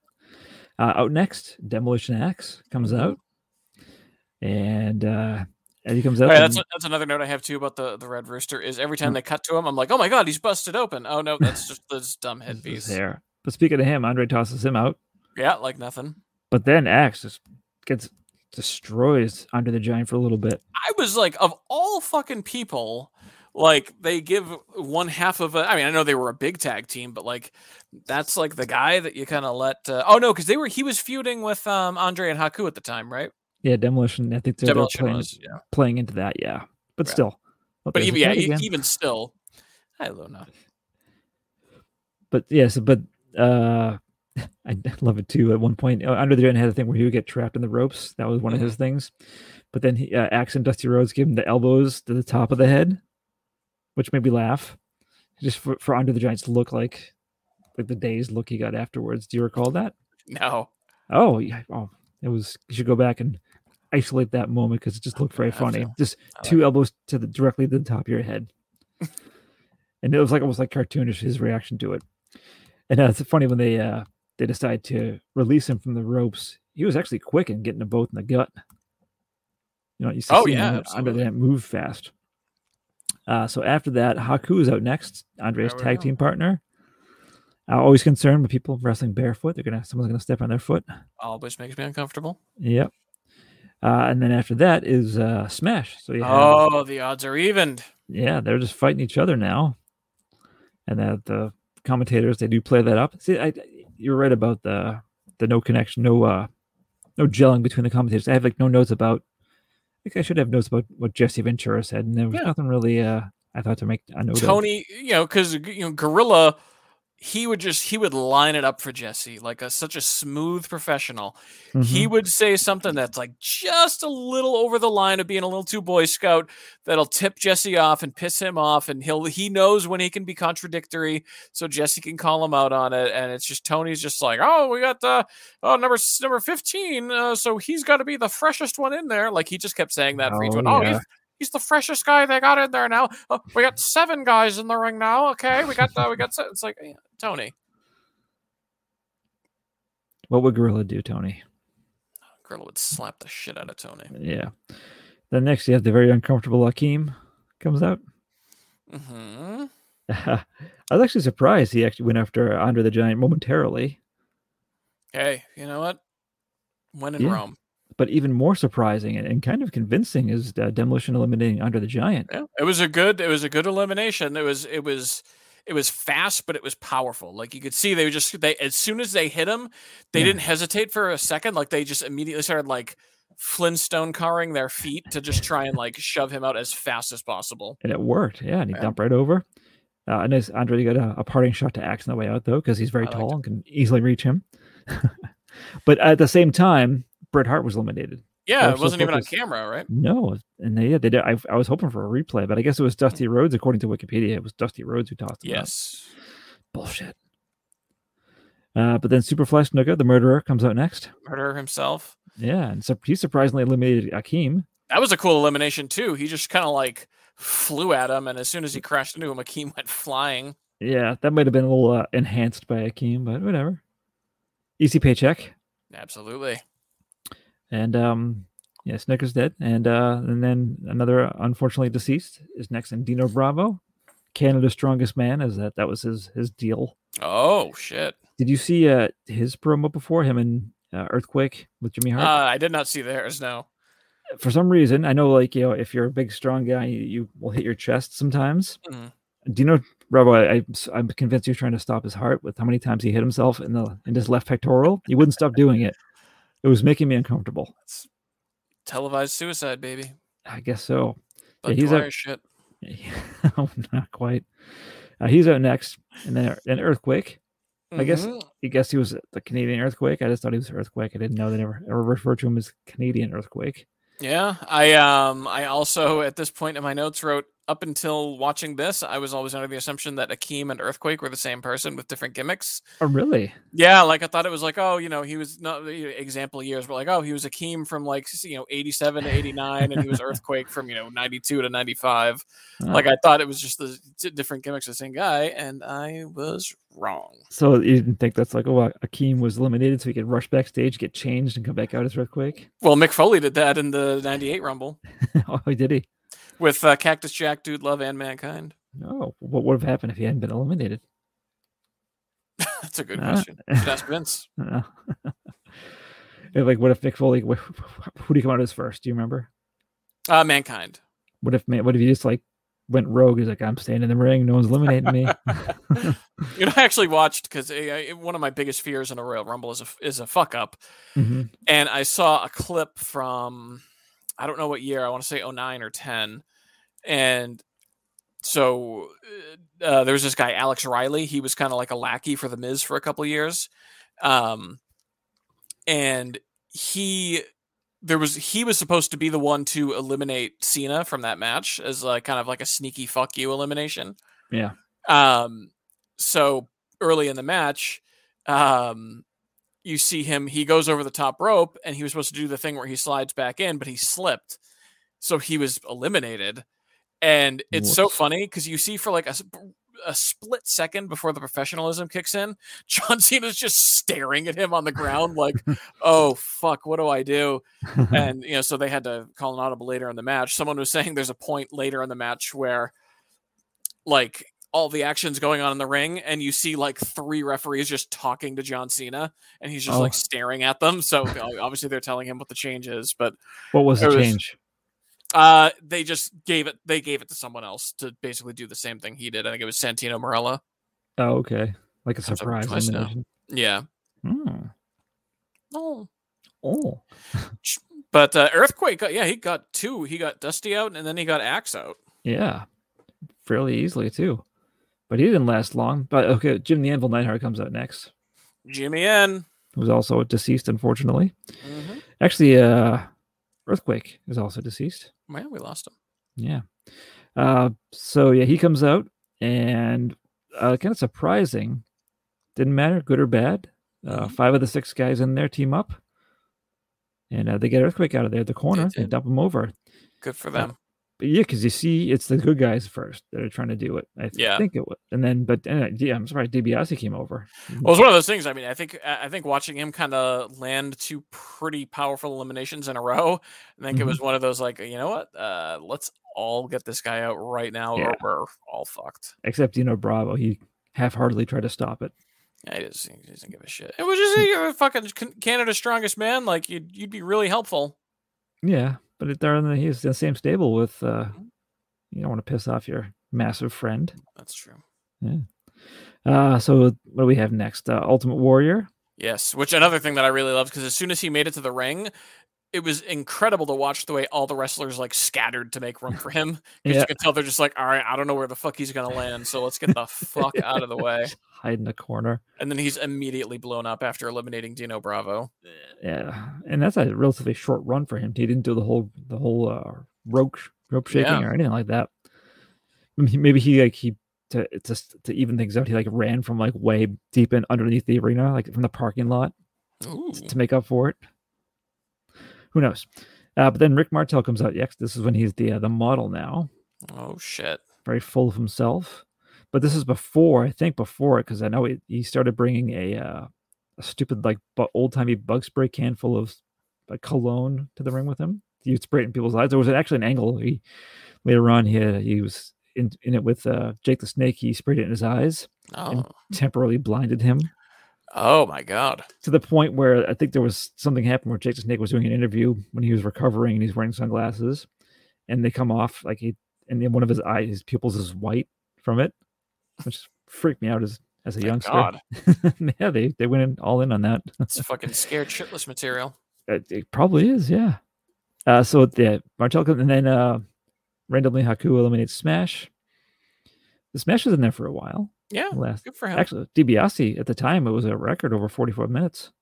Speaker 4: Uh, out next, Demolition Axe comes out, and uh, as he comes out,
Speaker 3: All right, Oh, that's
Speaker 4: and-
Speaker 3: that's another note I have too about the the Red Rooster is every
Speaker 4: Mm.
Speaker 3: time they cut to him, I'm like, oh my god, he's busted open. Oh no, that's just this dumb
Speaker 4: this is
Speaker 3: headpiece.
Speaker 4: there. But speaking of him, Andre tosses him out.
Speaker 3: Yeah, like nothing.
Speaker 4: But then Axe just gets destroys under the giant for a little bit.
Speaker 3: I was like, of all fucking people, like they give one half of a. I mean, I know they were a big tag team, but like that's like the guy that you kind of let. Uh, oh no, because they were he was feuding with um Andre and Haku at the time, right?
Speaker 4: Yeah, Demolition. I think they're, they're
Speaker 3: Demolition
Speaker 4: playing,
Speaker 3: was, yeah.
Speaker 4: playing into that. Yeah, but
Speaker 3: Right.
Speaker 4: still. Oh,
Speaker 3: But
Speaker 4: there's
Speaker 3: even
Speaker 4: a
Speaker 3: yeah,
Speaker 4: cut
Speaker 3: e-
Speaker 4: again.
Speaker 3: even still, I don't know.
Speaker 4: but yes, but uh, I love it too. At one point, uh, Under the Giant had a thing where he would get trapped in the ropes. That was one of
Speaker 3: Mhm.
Speaker 4: his things. But then he, uh, Axe and Dusty Rhodes give him the elbows to the top of the head, which made me laugh. Just for, for Under the Giant's look like, like the dazed look he got afterwards. Do you recall that?
Speaker 3: No,
Speaker 4: Oh, yeah. Oh, it was. You should go back and isolate that moment because it just looked very
Speaker 3: Okay, I have
Speaker 4: funny.
Speaker 3: to-
Speaker 4: Just
Speaker 3: I like
Speaker 4: two elbows to the directly to the top of your head, and it was like almost like cartoonish his reaction to it. And uh, it's funny when they uh they decide to release him from the ropes. He was actually quick in getting them both in the gut. You know, you see
Speaker 3: Oh,
Speaker 4: him
Speaker 3: yeah,
Speaker 4: under- under
Speaker 3: absolutely.
Speaker 4: that move fast. Uh, so after that, Haku is out next, Andre's
Speaker 3: There we
Speaker 4: tag
Speaker 3: go.
Speaker 4: team partner. Uh, always concerned with people wrestling barefoot. They're gonna someone's gonna step on their foot.
Speaker 3: always makes me uncomfortable.
Speaker 4: Yep. Uh, and then after that is uh, Smash. So you have,
Speaker 3: Oh, the odds are evened.
Speaker 4: yeah, they're just fighting each other now. And that the commentators they do play that up. See, I you're right about the the no connection, no uh, no gelling between the commentators. I have like no notes about. I think I should have notes about what Jesse Ventura said, and there was
Speaker 3: Yeah.
Speaker 4: nothing really. Uh, I thought to make a note. of.
Speaker 3: Tony, you know, because you know, Gorilla, he would just he would line it up for Jesse like a such a smooth professional. he
Speaker 4: Mhm.
Speaker 3: would say something that's like just a little over the line of being a little too boy scout that'll tip jesse off and piss him off and he'll he knows when he can be contradictory so jesse can call him out on it and it's just tony's just like oh we got the oh number s- number 15 uh, so he's got to be the freshest one in there like he just kept saying that for each
Speaker 4: Oh,
Speaker 3: one. Oh,
Speaker 4: yeah.
Speaker 3: he's He's the freshest guy they got in there now. Oh, we got seven guys in the ring now. Okay, we got uh, we got. se- It's like eh, Tony
Speaker 4: What would Gorilla do, Tony?
Speaker 3: Gorilla would slap the shit out of Tony.
Speaker 4: Yeah. Then next you have the very uncomfortable Akeem comes out.
Speaker 3: hmm
Speaker 4: I was actually surprised he actually went after Andre the Giant momentarily.
Speaker 3: Hey, you know what? When in
Speaker 4: Yeah.
Speaker 3: Rome.
Speaker 4: But even more surprising and, and kind of convincing is uh, Demolition eliminating Under the Giant.
Speaker 3: Yeah, it was a good it was a good elimination. It was it was it was fast, but it was powerful. Like you could see they were just they as soon as they hit him, they
Speaker 4: Yeah.
Speaker 3: didn't hesitate for a second. Like they just immediately started like Flintstone carring their feet to just try and like shove him out as fast as possible.
Speaker 4: And it worked. Yeah. And he
Speaker 3: Yeah.
Speaker 4: dumped right over. Uh, and as Andre got a, a parting shot to Axe on the way out, though, because he's very
Speaker 3: I liked
Speaker 4: tall and can easily reach him. but at the same time, Bret Hart was eliminated.
Speaker 3: Yeah, it
Speaker 4: so
Speaker 3: wasn't even on
Speaker 4: focused.
Speaker 3: camera, right?
Speaker 4: No, and they yeah, they did. I, I was hoping for a replay, but I guess it was Dusty Rhodes, according to Wikipedia. It was Dusty Rhodes who tossed him. out.
Speaker 3: Yes.
Speaker 4: bullshit. Uh, but then Superfly Snooker, the murderer, comes out next.
Speaker 3: Murderer himself.
Speaker 4: Yeah, and so he surprisingly eliminated Akeem.
Speaker 3: That was a cool elimination too. He just kind of like flew at him, and as soon as he crashed into him, Akeem went flying.
Speaker 4: Yeah, that might have been a little uh, enhanced by Akeem, but whatever. Easy paycheck,
Speaker 3: Absolutely.
Speaker 4: and um, yeah, Snooker's dead, and uh, and then another uh, unfortunately deceased is next, and Dino Bravo, Canada's strongest man, is that that was his his deal.
Speaker 3: Oh shit.
Speaker 4: Did you see uh, his promo before him and uh, Earthquake with Jimmy
Speaker 3: Uh,
Speaker 4: Hart?
Speaker 3: I did not see theirs. No.
Speaker 4: for some reason, I know like you know, if you're a big strong guy, you, you will hit your chest sometimes.
Speaker 3: Mhm.
Speaker 4: Do you know, Robo? I, am convinced he was trying to stop his heart with how many times he hit himself in the in his left pectoral. He wouldn't stop doing it. It was making me uncomfortable.
Speaker 3: Televised suicide, baby.
Speaker 4: I guess so.
Speaker 3: But
Speaker 4: he's a-
Speaker 3: shit.
Speaker 4: Oh, Not quite. Uh, he's out next, and then an earthquake. I guess-
Speaker 3: Mhm.
Speaker 4: I guess he was the Canadian earthquake. I just thought he was earthquake. I didn't know they never ever referred to him as Canadian earthquake.
Speaker 3: Yeah. I um. I also at this point in my notes wrote up until watching this, I was always under the assumption that Akeem and Earthquake were the same person with different gimmicks.
Speaker 4: Oh, really?
Speaker 3: Yeah, like I thought it was like, oh, you know, he was not you know, example years, but like, oh, he was Akeem from like s- you know eighty seven to eighty nine, and he was Earthquake from you know ninety two to ninety five.
Speaker 4: Oh.
Speaker 3: Like I thought it was just the t- different gimmicks, of the same guy, and I was wrong.
Speaker 4: So you didn't think that's like, oh, uh, Akeem was eliminated, so he could rush backstage, get changed, and come back out as earthquake.
Speaker 3: Well, Mick Foley did that in the ninety eight Rumble
Speaker 4: oh, did he?
Speaker 3: with uh, Cactus Jack, Dude Love, and Mankind.
Speaker 4: No. What would have happened if he hadn't been eliminated?
Speaker 3: That's a good
Speaker 4: Ah.
Speaker 3: question. You should ask Vince.
Speaker 4: Uh, and, like, what if Mick Foley? Wh- wh- who did he come out as first? Do you remember?
Speaker 3: Uh, Mankind.
Speaker 4: What if? Ma- What if he just like went rogue? He's like, I'm staying in the ring. No one's eliminating me.
Speaker 3: You know, I actually watched because one of my biggest fears in a Royal Rumble is a f- is a fuck up.
Speaker 4: Mhm.
Speaker 3: and I saw a clip from I don't know what year, I want to say 09 or 10. And so uh, uh, there was this guy Alex Riley, he was kind of like a lackey for the Miz for a couple years. Um and he there was he was supposed to be the one to eliminate Cena from that match as like kind of like a sneaky fuck you elimination.
Speaker 4: Yeah.
Speaker 3: Um so early in the match um you see him he goes over the top rope and he was supposed to do the thing where he slides back in but he slipped so he was eliminated and it's so
Speaker 4: Whoops.
Speaker 3: funny because you see for like a, s- a split second before the professionalism kicks in john cena's just staring at him on the ground like oh fuck what do i do and you know so they had to call an audible later in the match someone was saying there's a point later in the match where like all the actions going on in the ring and you see like three referees just talking to john cena and he's just
Speaker 4: Oh.
Speaker 3: like staring at them so you know, obviously they're telling him what the change is but
Speaker 4: what was the
Speaker 3: It was-
Speaker 4: change?
Speaker 3: uh they just gave it they gave it to someone else to basically do the same thing he did i think it was santino morella
Speaker 4: Oh, okay. Like a
Speaker 3: Comes up
Speaker 4: surprise
Speaker 3: twice now.
Speaker 4: elimination.
Speaker 3: yeah
Speaker 4: Hmm.
Speaker 3: oh
Speaker 4: Oh,
Speaker 3: but uh, earthquake got- yeah he got two he got dusty out and then he got axe out
Speaker 4: yeah, fairly easily too. But he didn't last long. But okay, Jim the Anvil Neidhart comes out next.
Speaker 3: jimmy n
Speaker 4: who's also deceased, unfortunately. Actually, uh, Earthquake is also deceased.
Speaker 3: man we lost him
Speaker 4: Yeah. Uh, so yeah, he comes out, and uh, kind of surprising. Didn't matter, good or bad. Uh,
Speaker 3: Mhm.
Speaker 4: five of the six guys in there team up, and uh, they get Earthquake out of there, the corner, and
Speaker 3: did.
Speaker 4: dump him over.
Speaker 3: good for them
Speaker 4: But yeah, because you see, it's the good guys first that are trying to do it. I th-
Speaker 3: Yeah.
Speaker 4: think it was, and then but uh, yeah, I'm surprised DiBiase came over.
Speaker 3: Well, it's one of those things. I mean, I think I I think watching him kind of land two pretty powerful eliminations in a row. I think it
Speaker 4: Mhm.
Speaker 3: was one of those like, you know what? Uh, let's all get this guy out right now,
Speaker 4: Yeah.
Speaker 3: or we're all fucked.
Speaker 4: Except you know Bravo, he half-heartedly tried to stop it.
Speaker 3: Yeah, he doesn't, he doesn't give a shit. It was just you're a fucking Can- Canada's strongest man. Like you'd you'd be really helpful.
Speaker 4: Yeah, but it- they're in the, he's in the same stable with. Uh, you don't want to piss off your massive friend.
Speaker 3: That's true.
Speaker 4: Uh, so what do we have next? Uh, Ultimate Warrior.
Speaker 3: Yes, which another thing that I really loved because as soon as he made it to the ring, it was incredible to watch the way all the wrestlers like scattered to make room for him. Because
Speaker 4: Yeah.
Speaker 3: you could tell they're just like, all right, I don't know where the fuck he's gonna land, so let's get the fuck out of the way.
Speaker 4: Just Hide in a corner.
Speaker 3: And then he's immediately blown up after eliminating Dino Bravo.
Speaker 4: Yeah, and that's a relatively short run for him. He didn't do the whole the whole uh, rope sh- rope shaking
Speaker 3: Yeah.
Speaker 4: or anything like that. Maybe maybe he like he to just to even things out. He like ran from like way deep in underneath the arena, like from the parking lot.
Speaker 3: Ooh.
Speaker 4: s- to make up for it. Who knows? Uh, but then Rick Martel comes out. Yes, this is when he's the uh, the model now,
Speaker 3: Oh shit.
Speaker 4: very full of himself. But this is before, I think, before because I know he, he started bringing a uh, a stupid like bu- old timey bug spray can full of like cologne to the ring with him. He would spray it in people's eyes. There was actually an angle. He later on he had, he was in, in it with uh, Jake the Snake. He sprayed it in his eyes,
Speaker 3: Oh.
Speaker 4: temporarily blinded him
Speaker 3: Oh my god.
Speaker 4: to the point where I think there was something happened where Jake the Snake was doing an interview when he was recovering and he's wearing sunglasses, and they come off like he and then one of his eyes, his pupils is white from it, which freaked me out as as a
Speaker 3: Thank
Speaker 4: youngster.
Speaker 3: God.
Speaker 4: yeah, they they went in, all in on that.
Speaker 3: It's fucking scared shitless material.
Speaker 4: It, it probably is, yeah. Uh, so yeah, Martel comes and then uh, randomly Haku eliminates Smash. The Smash was in there for a while.
Speaker 3: Oh, Yeah.
Speaker 4: Last
Speaker 3: Good for him.
Speaker 4: actually, DiBiase at the time it was a record over forty four minutes.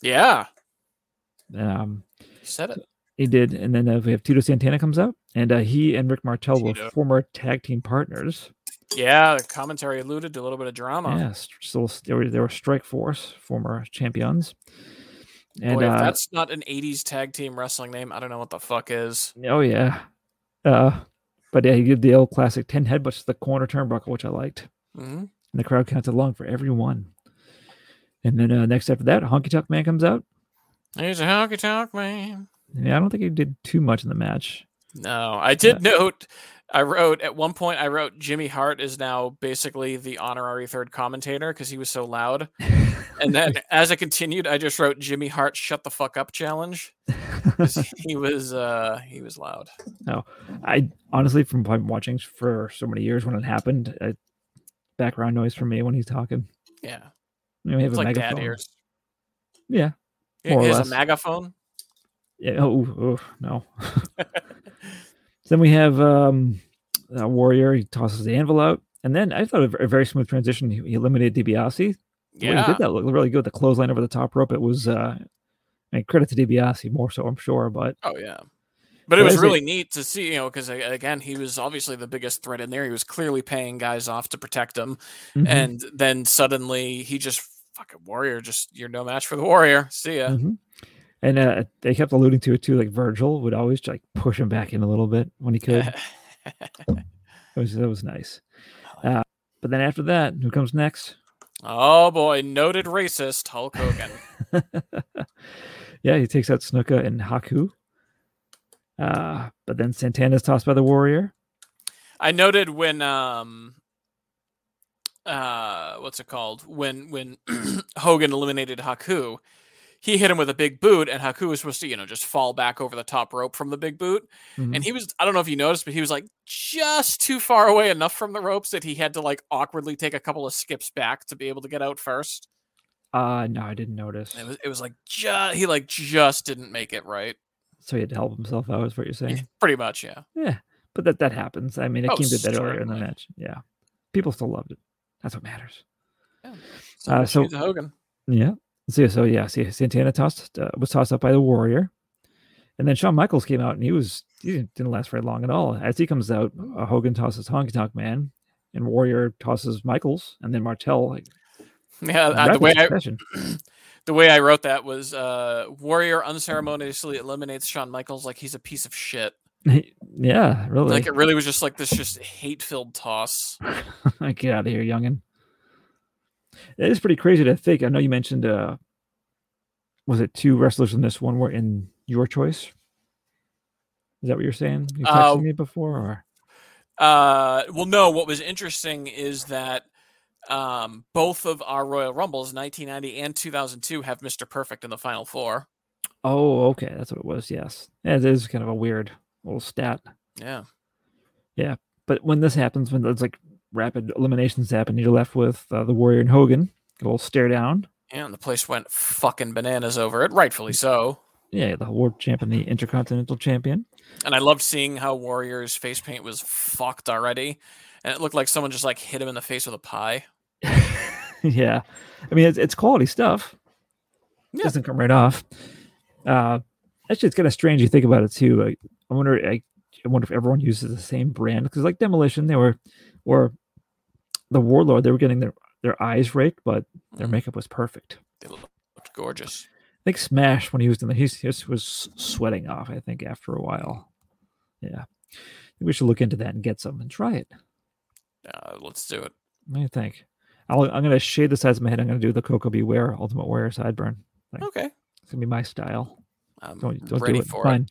Speaker 3: Yeah.
Speaker 4: Um,
Speaker 3: You said it.
Speaker 4: He did, and then uh, we have Tito Santana comes out, and uh, he and Rick Martel
Speaker 3: Tito.
Speaker 4: were former tag team partners.
Speaker 3: Yeah, the commentary alluded to a little bit of drama.
Speaker 4: Yeah, st- still s- they were they were Strike Force former champions. And
Speaker 3: Boy,
Speaker 4: uh,
Speaker 3: if that's not an 80s tag team wrestling name, I don't know what the fuck is.
Speaker 4: oh yeah, uh, but yeah, he did the old classic ten headbutts to the corner turnbuckle, which I liked,
Speaker 3: Mm-hmm.
Speaker 4: and the crowd counted along for every one. And then uh, next after that, Honky Tonk Man comes out.
Speaker 3: He's a honky tonk man.
Speaker 4: Yeah, I don't think he did too much in the match.
Speaker 3: No, I did note, I wrote at one point, I wrote Jimmy Hart is now basically the honorary third commentator because he was so loud. And then as I continued, I just wrote Jimmy Hart shut the fuck up challenge 'cause he was, uh, he was loud.
Speaker 4: I honestly, from from watching for so many years when it happened, uh background noise for me when he's talking.
Speaker 3: Yeah.
Speaker 4: You know, we have
Speaker 3: It's
Speaker 4: a
Speaker 3: like
Speaker 4: megaphone.
Speaker 3: dad ears.
Speaker 4: Yeah.
Speaker 3: He
Speaker 4: More or
Speaker 3: has a
Speaker 4: less.
Speaker 3: MAGA phone.
Speaker 4: yeah. Oh, ooh, ooh, no. then we have um, a warrior. He tosses the anvil out, and then I thought a, ver- a very smooth transition. He, he eliminated DiBiase. The way
Speaker 3: Yeah.
Speaker 4: he did that looked really good. The clothesline over the top rope. It was. Uh, I mean, credit to DiBiase more so, I'm sure, but
Speaker 3: Oh yeah, but it
Speaker 4: But
Speaker 3: was
Speaker 4: is it-
Speaker 3: really neat to see, you know, because again, he was obviously the biggest threat in there. He was clearly paying guys off to protect him,
Speaker 4: Mhm,
Speaker 3: and then suddenly he just fucking warrior. Just you're no match for the warrior. See ya.
Speaker 4: mhm. and uh, they kept alluding to it too. Like Virgil would always like push him back in a little bit when he could. That was that was nice. Uh, but then after that, who comes next?
Speaker 3: oh boy, noted racist Hulk Hogan.
Speaker 4: yeah, he takes out Snuka and Haku. Uh, but then Santana's tossed by the Warrior.
Speaker 3: I noted when um uh what's it called when when Hogan eliminated Haku he hit him with a big boot and Haku was supposed to you know just fall back over the top rope from the big boot
Speaker 4: Mm-hmm.
Speaker 3: and he was I don't know if you noticed but he was like just too far away enough from the ropes that he had to like awkwardly take a couple of skips back to be able to get out first
Speaker 4: Uh, no, I didn't notice.
Speaker 3: it was it was like just he like just didn't make it right
Speaker 4: So he had to help himself out, is what you're saying.
Speaker 3: pretty much yeah
Speaker 4: yeah, but that that happens. I mean,
Speaker 3: Oh,
Speaker 4: Akeem did that earlier in the
Speaker 3: certainly.
Speaker 4: match. Yeah, people still loved it. That's what matters.
Speaker 3: so,
Speaker 4: Uh,
Speaker 3: much
Speaker 4: so-
Speaker 3: use to Hogan
Speaker 4: Yeah. So so yeah, see, Santana tossed uh, was tossed up by the Warrior, and then Shawn Michaels came out and he was he didn't, didn't last very long at all. As he comes out, uh, Hogan tosses Honky Tonk Man, and Warrior tosses Michaels, and then Martel. Like,
Speaker 3: yeah
Speaker 4: in
Speaker 3: uh, the
Speaker 4: rapid
Speaker 3: way I,
Speaker 4: succession.
Speaker 3: the way I wrote that was uh Warrior unceremoniously eliminates Shawn Michaels like he's a piece of shit.
Speaker 4: yeah, really.
Speaker 3: Like it really was just like this just hate filled toss.
Speaker 4: Get out of here, youngin. It is pretty crazy to think. I know you mentioned uh was it two wrestlers in this one were in your choice? Is that what you're saying? You
Speaker 3: Uh,
Speaker 4: texted me before or
Speaker 3: Uh well no, what was interesting is that Um, both of our Royal Rumbles, 1990 and 2002, have Mr. Perfect in the final four.
Speaker 4: Oh, okay, that's what it was. Yes, Yeah, it is kind of a weird little stat.
Speaker 3: Yeah.
Speaker 4: But when this happens, when those like rapid eliminations happen, you're left with uh, the Warrior and Hogan. A little stare down.
Speaker 3: And the place went fucking bananas over it, rightfully so.
Speaker 4: Yeah, the world champion, the intercontinental champion.
Speaker 3: And I loved seeing how Warrior's face paint was fucked already. And it looked like someone just like hit him in the face with a pie.
Speaker 4: yeah, I mean it's, it's quality stuff.
Speaker 3: Yeah.
Speaker 4: Doesn't come right off. Uh, actually, it's kind of strange. You think about it too. Like, I wonder. I, I wonder if everyone uses the same brand because, like Demolition, they were, or the Warlord, they were getting their their eyes raked, but their
Speaker 3: Mhm.
Speaker 4: makeup was perfect.
Speaker 3: They looked gorgeous.
Speaker 4: I think Smash when he was in the he just was sweating off. I think after a while. Yeah, we should look into that and get some and try it.
Speaker 3: Uh, let's do it.
Speaker 4: What do you think? I'll, I'm going to shade the sides of my head. I'm going to do the Coco Beware Ultimate Warrior sideburn.
Speaker 3: Okay.
Speaker 4: It's going to be my style.
Speaker 3: I'm
Speaker 4: Don't, don't
Speaker 3: ready
Speaker 4: do it.
Speaker 3: for it.
Speaker 4: Fine.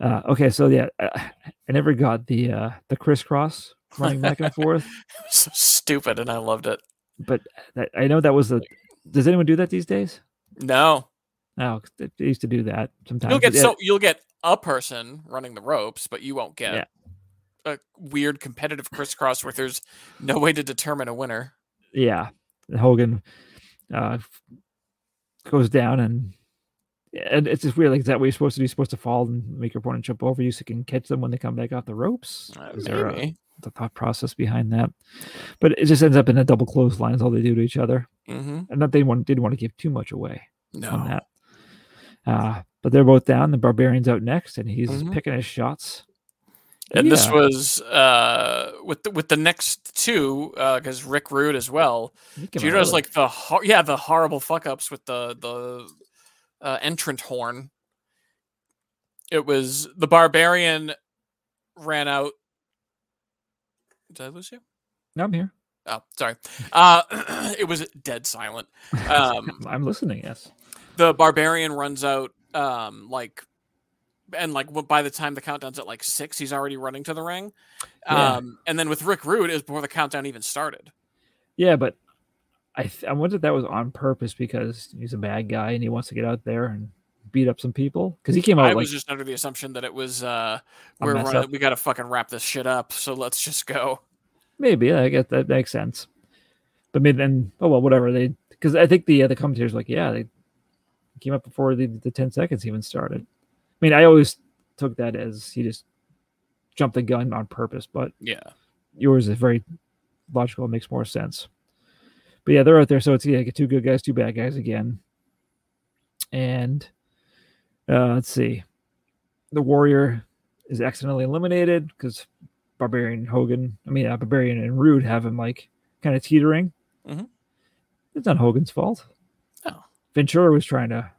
Speaker 4: Uh, okay, so yeah, uh, I never got the uh, the crisscross running back and forth,
Speaker 3: It was so stupid and I loved it.
Speaker 4: but that, I know that was the. Does anyone do that these days?
Speaker 3: No.
Speaker 4: No, 'cause they they used to do that sometimes.
Speaker 3: You'll
Speaker 4: but
Speaker 3: get
Speaker 4: yeah,
Speaker 3: so you'll get a person running the ropes, but you won't get
Speaker 4: Yeah.
Speaker 3: a weird competitive crisscross where there's no way to determine a winner.
Speaker 4: yeah. Hogan uh, f- goes down and and it's just weird. Like, is that what you're supposed to do? You're supposed to fall and make your opponent jump over you so you can catch them when they come back off the ropes.
Speaker 3: Uh,
Speaker 4: Is there a-
Speaker 3: maybe.
Speaker 4: the thought process behind that? But it just ends up in a double clothesline. Is all they do to each other.
Speaker 3: Mm-hmm.
Speaker 4: and that they want, didn't want to give too much away on
Speaker 3: No.
Speaker 4: that. Uh, but they're both down. The barbarian's out next, and he's
Speaker 3: Mhm.
Speaker 4: picking his shots.
Speaker 3: And this
Speaker 4: Yeah.
Speaker 3: was uh, with the, with the next two because Rick Rude as well.
Speaker 4: He came out
Speaker 3: Judo's
Speaker 4: early.
Speaker 3: like the hor- yeah the horrible fuck ups with the the uh, entrant horn. It was the barbarian ran out. Did I lose you?
Speaker 4: no, I'm here.
Speaker 3: Oh, sorry. Uh, it was dead silent. Um,
Speaker 4: I'm listening. Yes.
Speaker 3: the barbarian runs out, um, like, and like w- by the time the countdown's at like six, he's already running to the ring.
Speaker 4: Yeah.
Speaker 3: Um, and then with Rick Rude, it was before the countdown even started.
Speaker 4: Yeah, but I th- I wonder if that was on purpose because he's a bad guy and he wants to get out there and beat up some people because he came out
Speaker 3: I
Speaker 4: Oh, like
Speaker 3: was just under the assumption that it was uh, we're
Speaker 4: mess
Speaker 3: running,
Speaker 4: up.
Speaker 3: we got to fucking wrap this shit up, so let's just go.
Speaker 4: Maybe yeah, I guess that makes sense. But maybe then, oh well, whatever they, because I think the uh, the commentators like, yeah, they came up before the, the ten seconds even started. I mean, I always took that as he just jumped the gun on purpose, but
Speaker 3: Yeah,
Speaker 4: yours is very logical, it makes more sense. But yeah, they're out there, so it's yeah, like two good guys, two bad guys again. And uh, let's see, the warrior is accidentally eliminated because Barbarian Hogan, I mean uh, Barbarian and Rude have him like kind of teetering.
Speaker 3: Mhm.
Speaker 4: It's not Hogan's fault.
Speaker 3: No.
Speaker 4: Ventura was trying to.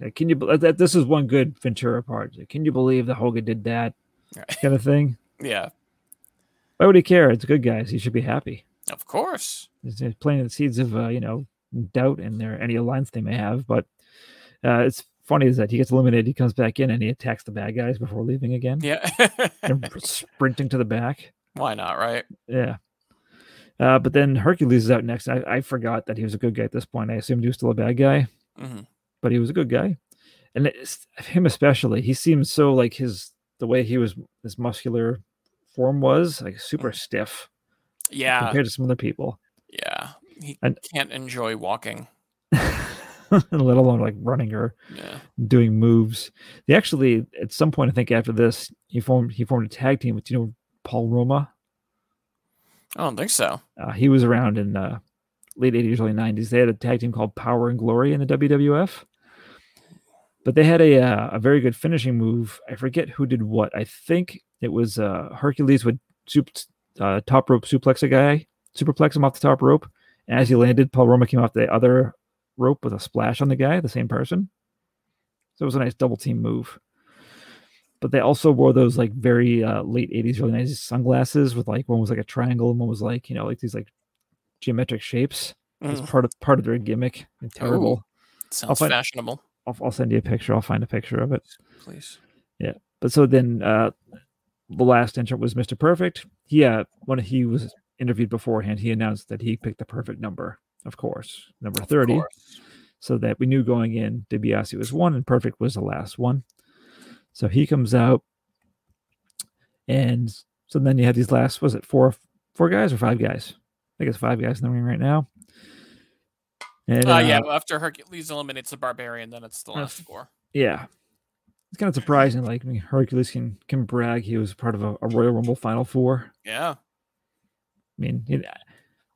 Speaker 4: like, Can you be- that? This is one good Ventura part. like, Can you believe that Hogan did that
Speaker 3: Right.
Speaker 4: kind of thing?
Speaker 3: yeah,
Speaker 4: Why would he care? It's good guys. He should be happy.
Speaker 3: of course.
Speaker 4: He's he's planting the seeds of uh, you know doubt in there, any alliance they may have. But uh, it's funny is that he gets eliminated. He comes back in and he attacks the bad guys before leaving again
Speaker 3: Yeah,
Speaker 4: and sprinting to the back.
Speaker 3: why not? Right?
Speaker 4: Yeah. Uh, but then Hercules is out next. I, I forgot that he was a good guy at this point. I assumed he was still a bad guy,
Speaker 3: Mhm.
Speaker 4: but he was a good guy. And it's, him especially, he seems so like his the way he was his muscular form was like super stiff
Speaker 3: Mm. Yeah,
Speaker 4: compared to some other people.
Speaker 3: yeah. He
Speaker 4: And-
Speaker 3: can't enjoy walking.
Speaker 4: let alone like running or
Speaker 3: Yeah.
Speaker 4: doing moves. They actually, at some point, I think after this, he formed he formed a tag team with you know Paul Roma.
Speaker 3: I don't think so.
Speaker 4: Uh, he was around in uh, late '80s, early '90s. They had a tag team called Power and Glory in the WWF. But they had a uh, a very good finishing move. I forget who did what. I think it was uh, Hercules would sup- uh, top rope suplex a guy, superplex him off the top rope. And as he landed, Paul Roma came off the other rope with a splash on the guy, the same person. So it was a nice double team move. But they also wore those like very uh, late 80s, early 90s sunglasses with like one was like a triangle and one was like, you know, like these like geometric shapes as
Speaker 3: Mm.
Speaker 4: part of part of their gimmick. And terrible.
Speaker 3: Sounds
Speaker 4: find-
Speaker 3: fashionable.
Speaker 4: I'll, I'll send you a picture. I'll find a picture of it.
Speaker 3: Please.
Speaker 4: But so then uh the last entrant was Mr. Perfect. He uh when he was interviewed beforehand, he announced that he picked the perfect number, of course, number 30. So that we knew going in, DiBiase was one and perfect was the last one. So he comes out. And so then you have these last, was it four four guys or five guys? I think it's five guys in the ring right now. And,
Speaker 3: Uh, yeah, well, after Hercules eliminates the barbarian, then it's the last four.
Speaker 4: yeah it's kind of surprising like I mean, hercules can can brag he was part of a, a royal rumble final four
Speaker 3: Yeah.
Speaker 4: i mean he-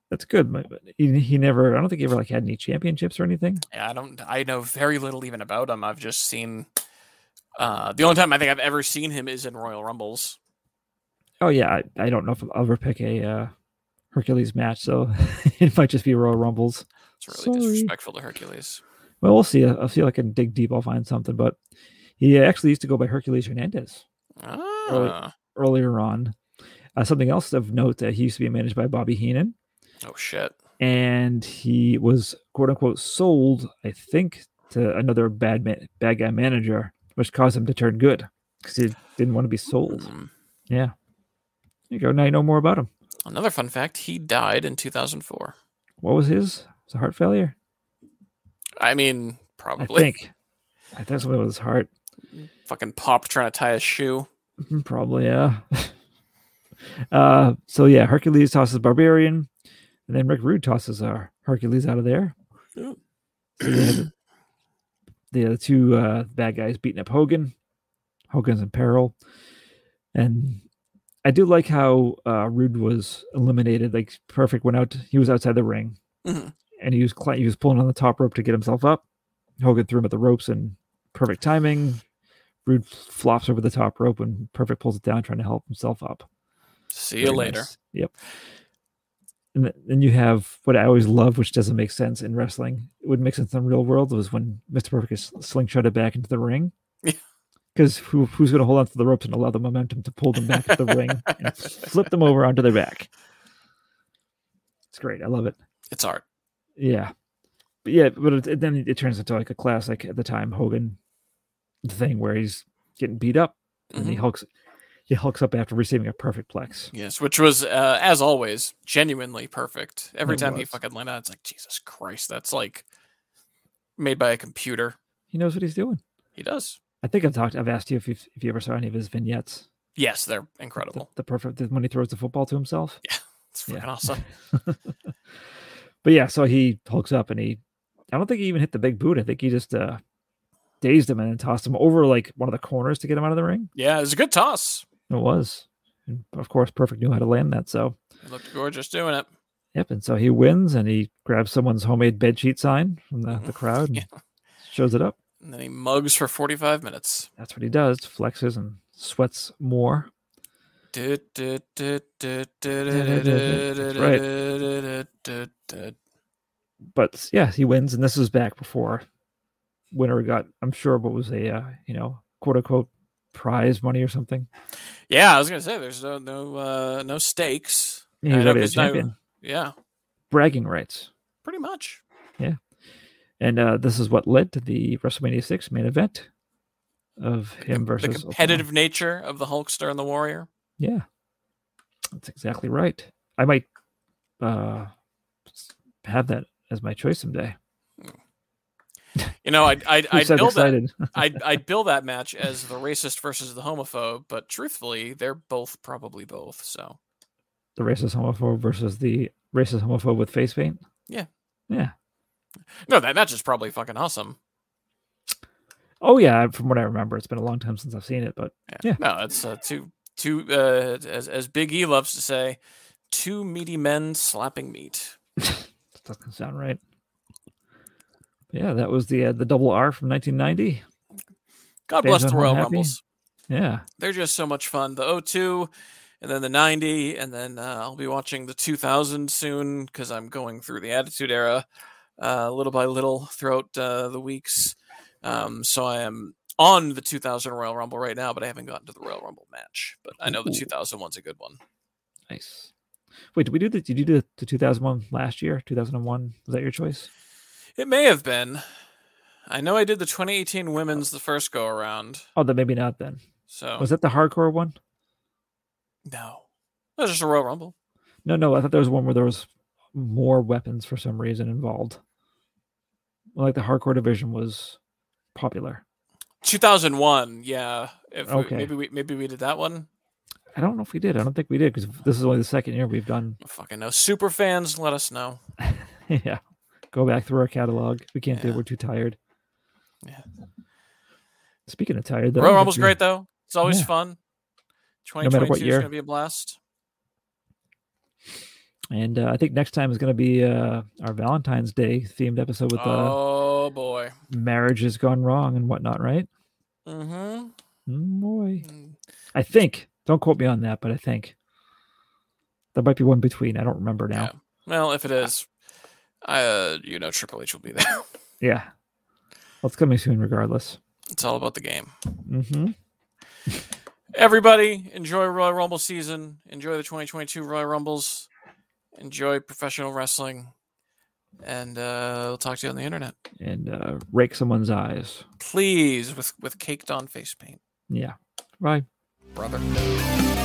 Speaker 4: that's good but but he, he never i don't think he ever like had any championships or anything
Speaker 3: Yeah, I don't. I know very little even about him. I've just seen. Uh, the only time I think I've ever seen him is in Royal Rumbles.
Speaker 4: oh yeah i, I don't know if i'll ever pick a uh, hercules match so it might just be royal rumbles
Speaker 3: It's really
Speaker 4: Sorry.
Speaker 3: disrespectful to Hercules.
Speaker 4: well we'll see i'll see if i can dig deep i'll find something but he actually used to go by hercules hernandez Oh,
Speaker 3: Ah.
Speaker 4: earlier on uh, something else of note that he used to be managed by bobby heenan
Speaker 3: Oh shit.
Speaker 4: and he was quote unquote sold, I think, to another bad man, bad guy manager, which caused him to turn good because he didn't want to be sold.
Speaker 3: Mm.
Speaker 4: Yeah, there you go. Now you know more about him.
Speaker 3: Another fun fact: he died in 2004.
Speaker 4: What was his? It's a heart failure,
Speaker 3: I mean,
Speaker 4: I
Speaker 3: probably
Speaker 4: think. I think something with his heart,
Speaker 3: fucking popped trying to tie a shoe.
Speaker 4: mm-hmm, probably. Yeah. uh, so yeah, Hercules tosses Barbarian, and then Rick Rude tosses uh, Hercules out of there.
Speaker 3: Yep.
Speaker 4: So they had the, they had the two uh, bad guys beating up Hogan. Hogan's in peril, and I do like how uh, Rude was eliminated. Like Perfect went out; he was outside the ring,
Speaker 3: Mhm.
Speaker 4: and he was cli- he was pulling on the top rope to get himself up. Hogan threw him at the ropes, and perfect timing. Rude flops over the top rope, and Perfect pulls it down, trying to help himself up.
Speaker 3: See you
Speaker 4: Very
Speaker 3: later.
Speaker 4: nice. Yep. And th- then you have what I always love, which doesn't make sense in wrestling. It would make sense in the real world was when Mr. Perfect is slingshotted back into the ring.
Speaker 3: Yeah.
Speaker 4: Because who, who's going to hold on to the ropes and allow the momentum to pull them back to the ring and flip them over onto their back? It's great. I love it.
Speaker 3: It's art.
Speaker 4: Yeah. But yeah, but it, it- then it turns into like a classic at the time Hogan thing where he's getting beat up and
Speaker 3: Mm-hmm.
Speaker 4: he hulks he hulks up after receiving a perfect plex.
Speaker 3: Yes, which was uh, as always genuinely perfect. Every
Speaker 4: It
Speaker 3: time he
Speaker 4: was.
Speaker 3: fucking landed, it's like Jesus Christ. That's like made by a computer.
Speaker 4: He knows what he's doing.
Speaker 3: He does.
Speaker 4: I think I've talked. I've asked you if you've, if you ever saw any of his vignettes.
Speaker 3: Yes, they're
Speaker 4: The,
Speaker 3: incredible.
Speaker 4: the perfect the, when he throws the football to himself.
Speaker 3: It's
Speaker 4: Yeah.
Speaker 3: fucking awesome.
Speaker 4: But yeah, so he hulks up and he. I don't think he even hit the big boot. I think he just uh, dazed him and then tossed him over like one of the corners to get him out of the ring.
Speaker 3: Yeah, it was a good toss.
Speaker 4: It was, and of course, perfect knew how to land that. So
Speaker 3: It looked gorgeous doing it.
Speaker 4: yep, and so he wins and he grabs someone's homemade bed sheet sign from the, the crowd and
Speaker 3: Yeah.
Speaker 4: shows it up.
Speaker 3: And then he mugs for 45 minutes.
Speaker 4: That's what he does. Flexes and sweats more.
Speaker 3: Du- du- du- du- du- du- du-
Speaker 4: Du- du- du-
Speaker 3: du-
Speaker 4: du- right.
Speaker 3: du- du- du- du-
Speaker 4: but yeah, he wins, and this was back before Winter got, I'm sure, what was a uh, you know quote unquote prize money or something.
Speaker 3: Yeah, I was gonna say there's no no uh, no stakes.
Speaker 4: He
Speaker 3: I
Speaker 4: was
Speaker 3: know,
Speaker 4: already a
Speaker 3: 'cause now-
Speaker 4: champion,
Speaker 3: Yeah,
Speaker 4: bragging rights,
Speaker 3: pretty much.
Speaker 4: and uh, this is what led to the WrestleMania six main event of him versus
Speaker 3: The
Speaker 4: Oklahoma.
Speaker 3: competitive nature of the Hulkster and the Warrior.
Speaker 4: Yeah, that's exactly right. I might uh, s- have that as my choice someday.
Speaker 3: You know, I'd I'd,
Speaker 4: I'm
Speaker 3: I'd build that
Speaker 4: excited.
Speaker 3: I'd, I'd bill that match as the racist versus the homophobe, but truthfully, they're both probably both. So
Speaker 4: the racist homophobe versus the racist homophobe with face paint.
Speaker 3: Yeah.
Speaker 4: Yeah.
Speaker 3: no, that match is probably fucking awesome.
Speaker 4: Oh yeah, from what I remember, it's been a long time since I've seen it, but Yeah.
Speaker 3: No, it's uh, two two uh, as as Big E loves to say, two meaty men slapping meat.
Speaker 4: doesn't sound right. But yeah, that was the uh, the double R from 1990.
Speaker 3: God
Speaker 4: Based
Speaker 3: bless
Speaker 4: on
Speaker 3: the Royal
Speaker 4: Unhappy?
Speaker 3: Rumbles.
Speaker 4: Yeah,
Speaker 3: They're just so much fun. The 02 and then the 90 and then uh, I'll be watching the 2000 soon cuz I'm going through the Attitude Era uh, little by little throughout uh, the weeks. Um, so I am on the 2000 Royal Rumble right now, but I haven't gotten to the Royal Rumble match. But I know the
Speaker 4: Ooh.
Speaker 3: 2000 one's a good one.
Speaker 4: nice. Wait, did we do the did you do the, the 2001 last year? 2001 was that your choice?
Speaker 3: It may have been. I know I did the 2018 women's the first go around.
Speaker 4: Oh, then maybe not. Then
Speaker 3: So
Speaker 4: was that the hardcore one?
Speaker 3: no, that was just a Royal Rumble.
Speaker 4: No, no, I thought there was one where there was more weapons for some reason involved. Like the hardcore division was popular.
Speaker 3: 2001. Yeah. If we-
Speaker 4: Okay.
Speaker 3: maybe we maybe we did that one.
Speaker 4: I don't know if we did. I don't think we did because this is only the second year we've done.
Speaker 3: I fucking know. Super fans, let us know.
Speaker 4: yeah, go back through our catalog. We can't do it.
Speaker 3: Yeah.
Speaker 4: We're too tired.
Speaker 3: Yeah.
Speaker 4: Speaking of tired, though,
Speaker 3: Royal
Speaker 4: if
Speaker 3: Rumble's
Speaker 4: you're-
Speaker 3: great though. It's always
Speaker 4: Yeah.
Speaker 3: fun.
Speaker 4: matter what
Speaker 3: 2022 is
Speaker 4: year.
Speaker 3: gonna be a blast.
Speaker 4: And uh, I think next time is going to be uh, our Valentine's Day themed episode with uh,
Speaker 3: oh boy.
Speaker 4: marriages gone wrong and whatnot, right?
Speaker 3: Mm-hmm.
Speaker 4: Mm, boy, I think. Don't quote me on that, but I think there might be one between. I don't remember now.
Speaker 3: Well, if it is, uh, you know, Triple H will be there.
Speaker 4: Yeah, well, it's coming soon, regardless.
Speaker 3: it's all about the game.
Speaker 4: Mm-hmm.
Speaker 3: Everybody, enjoy Royal Rumble season. Enjoy the 2022 Royal Rumbles. Enjoy professional wrestling. And uh, we'll talk to you on the internet.
Speaker 4: And uh, rake someone's eyes.
Speaker 3: Please, with, with caked on face paint.
Speaker 4: Yeah. Bye.
Speaker 3: Brother.
Speaker 5: Thank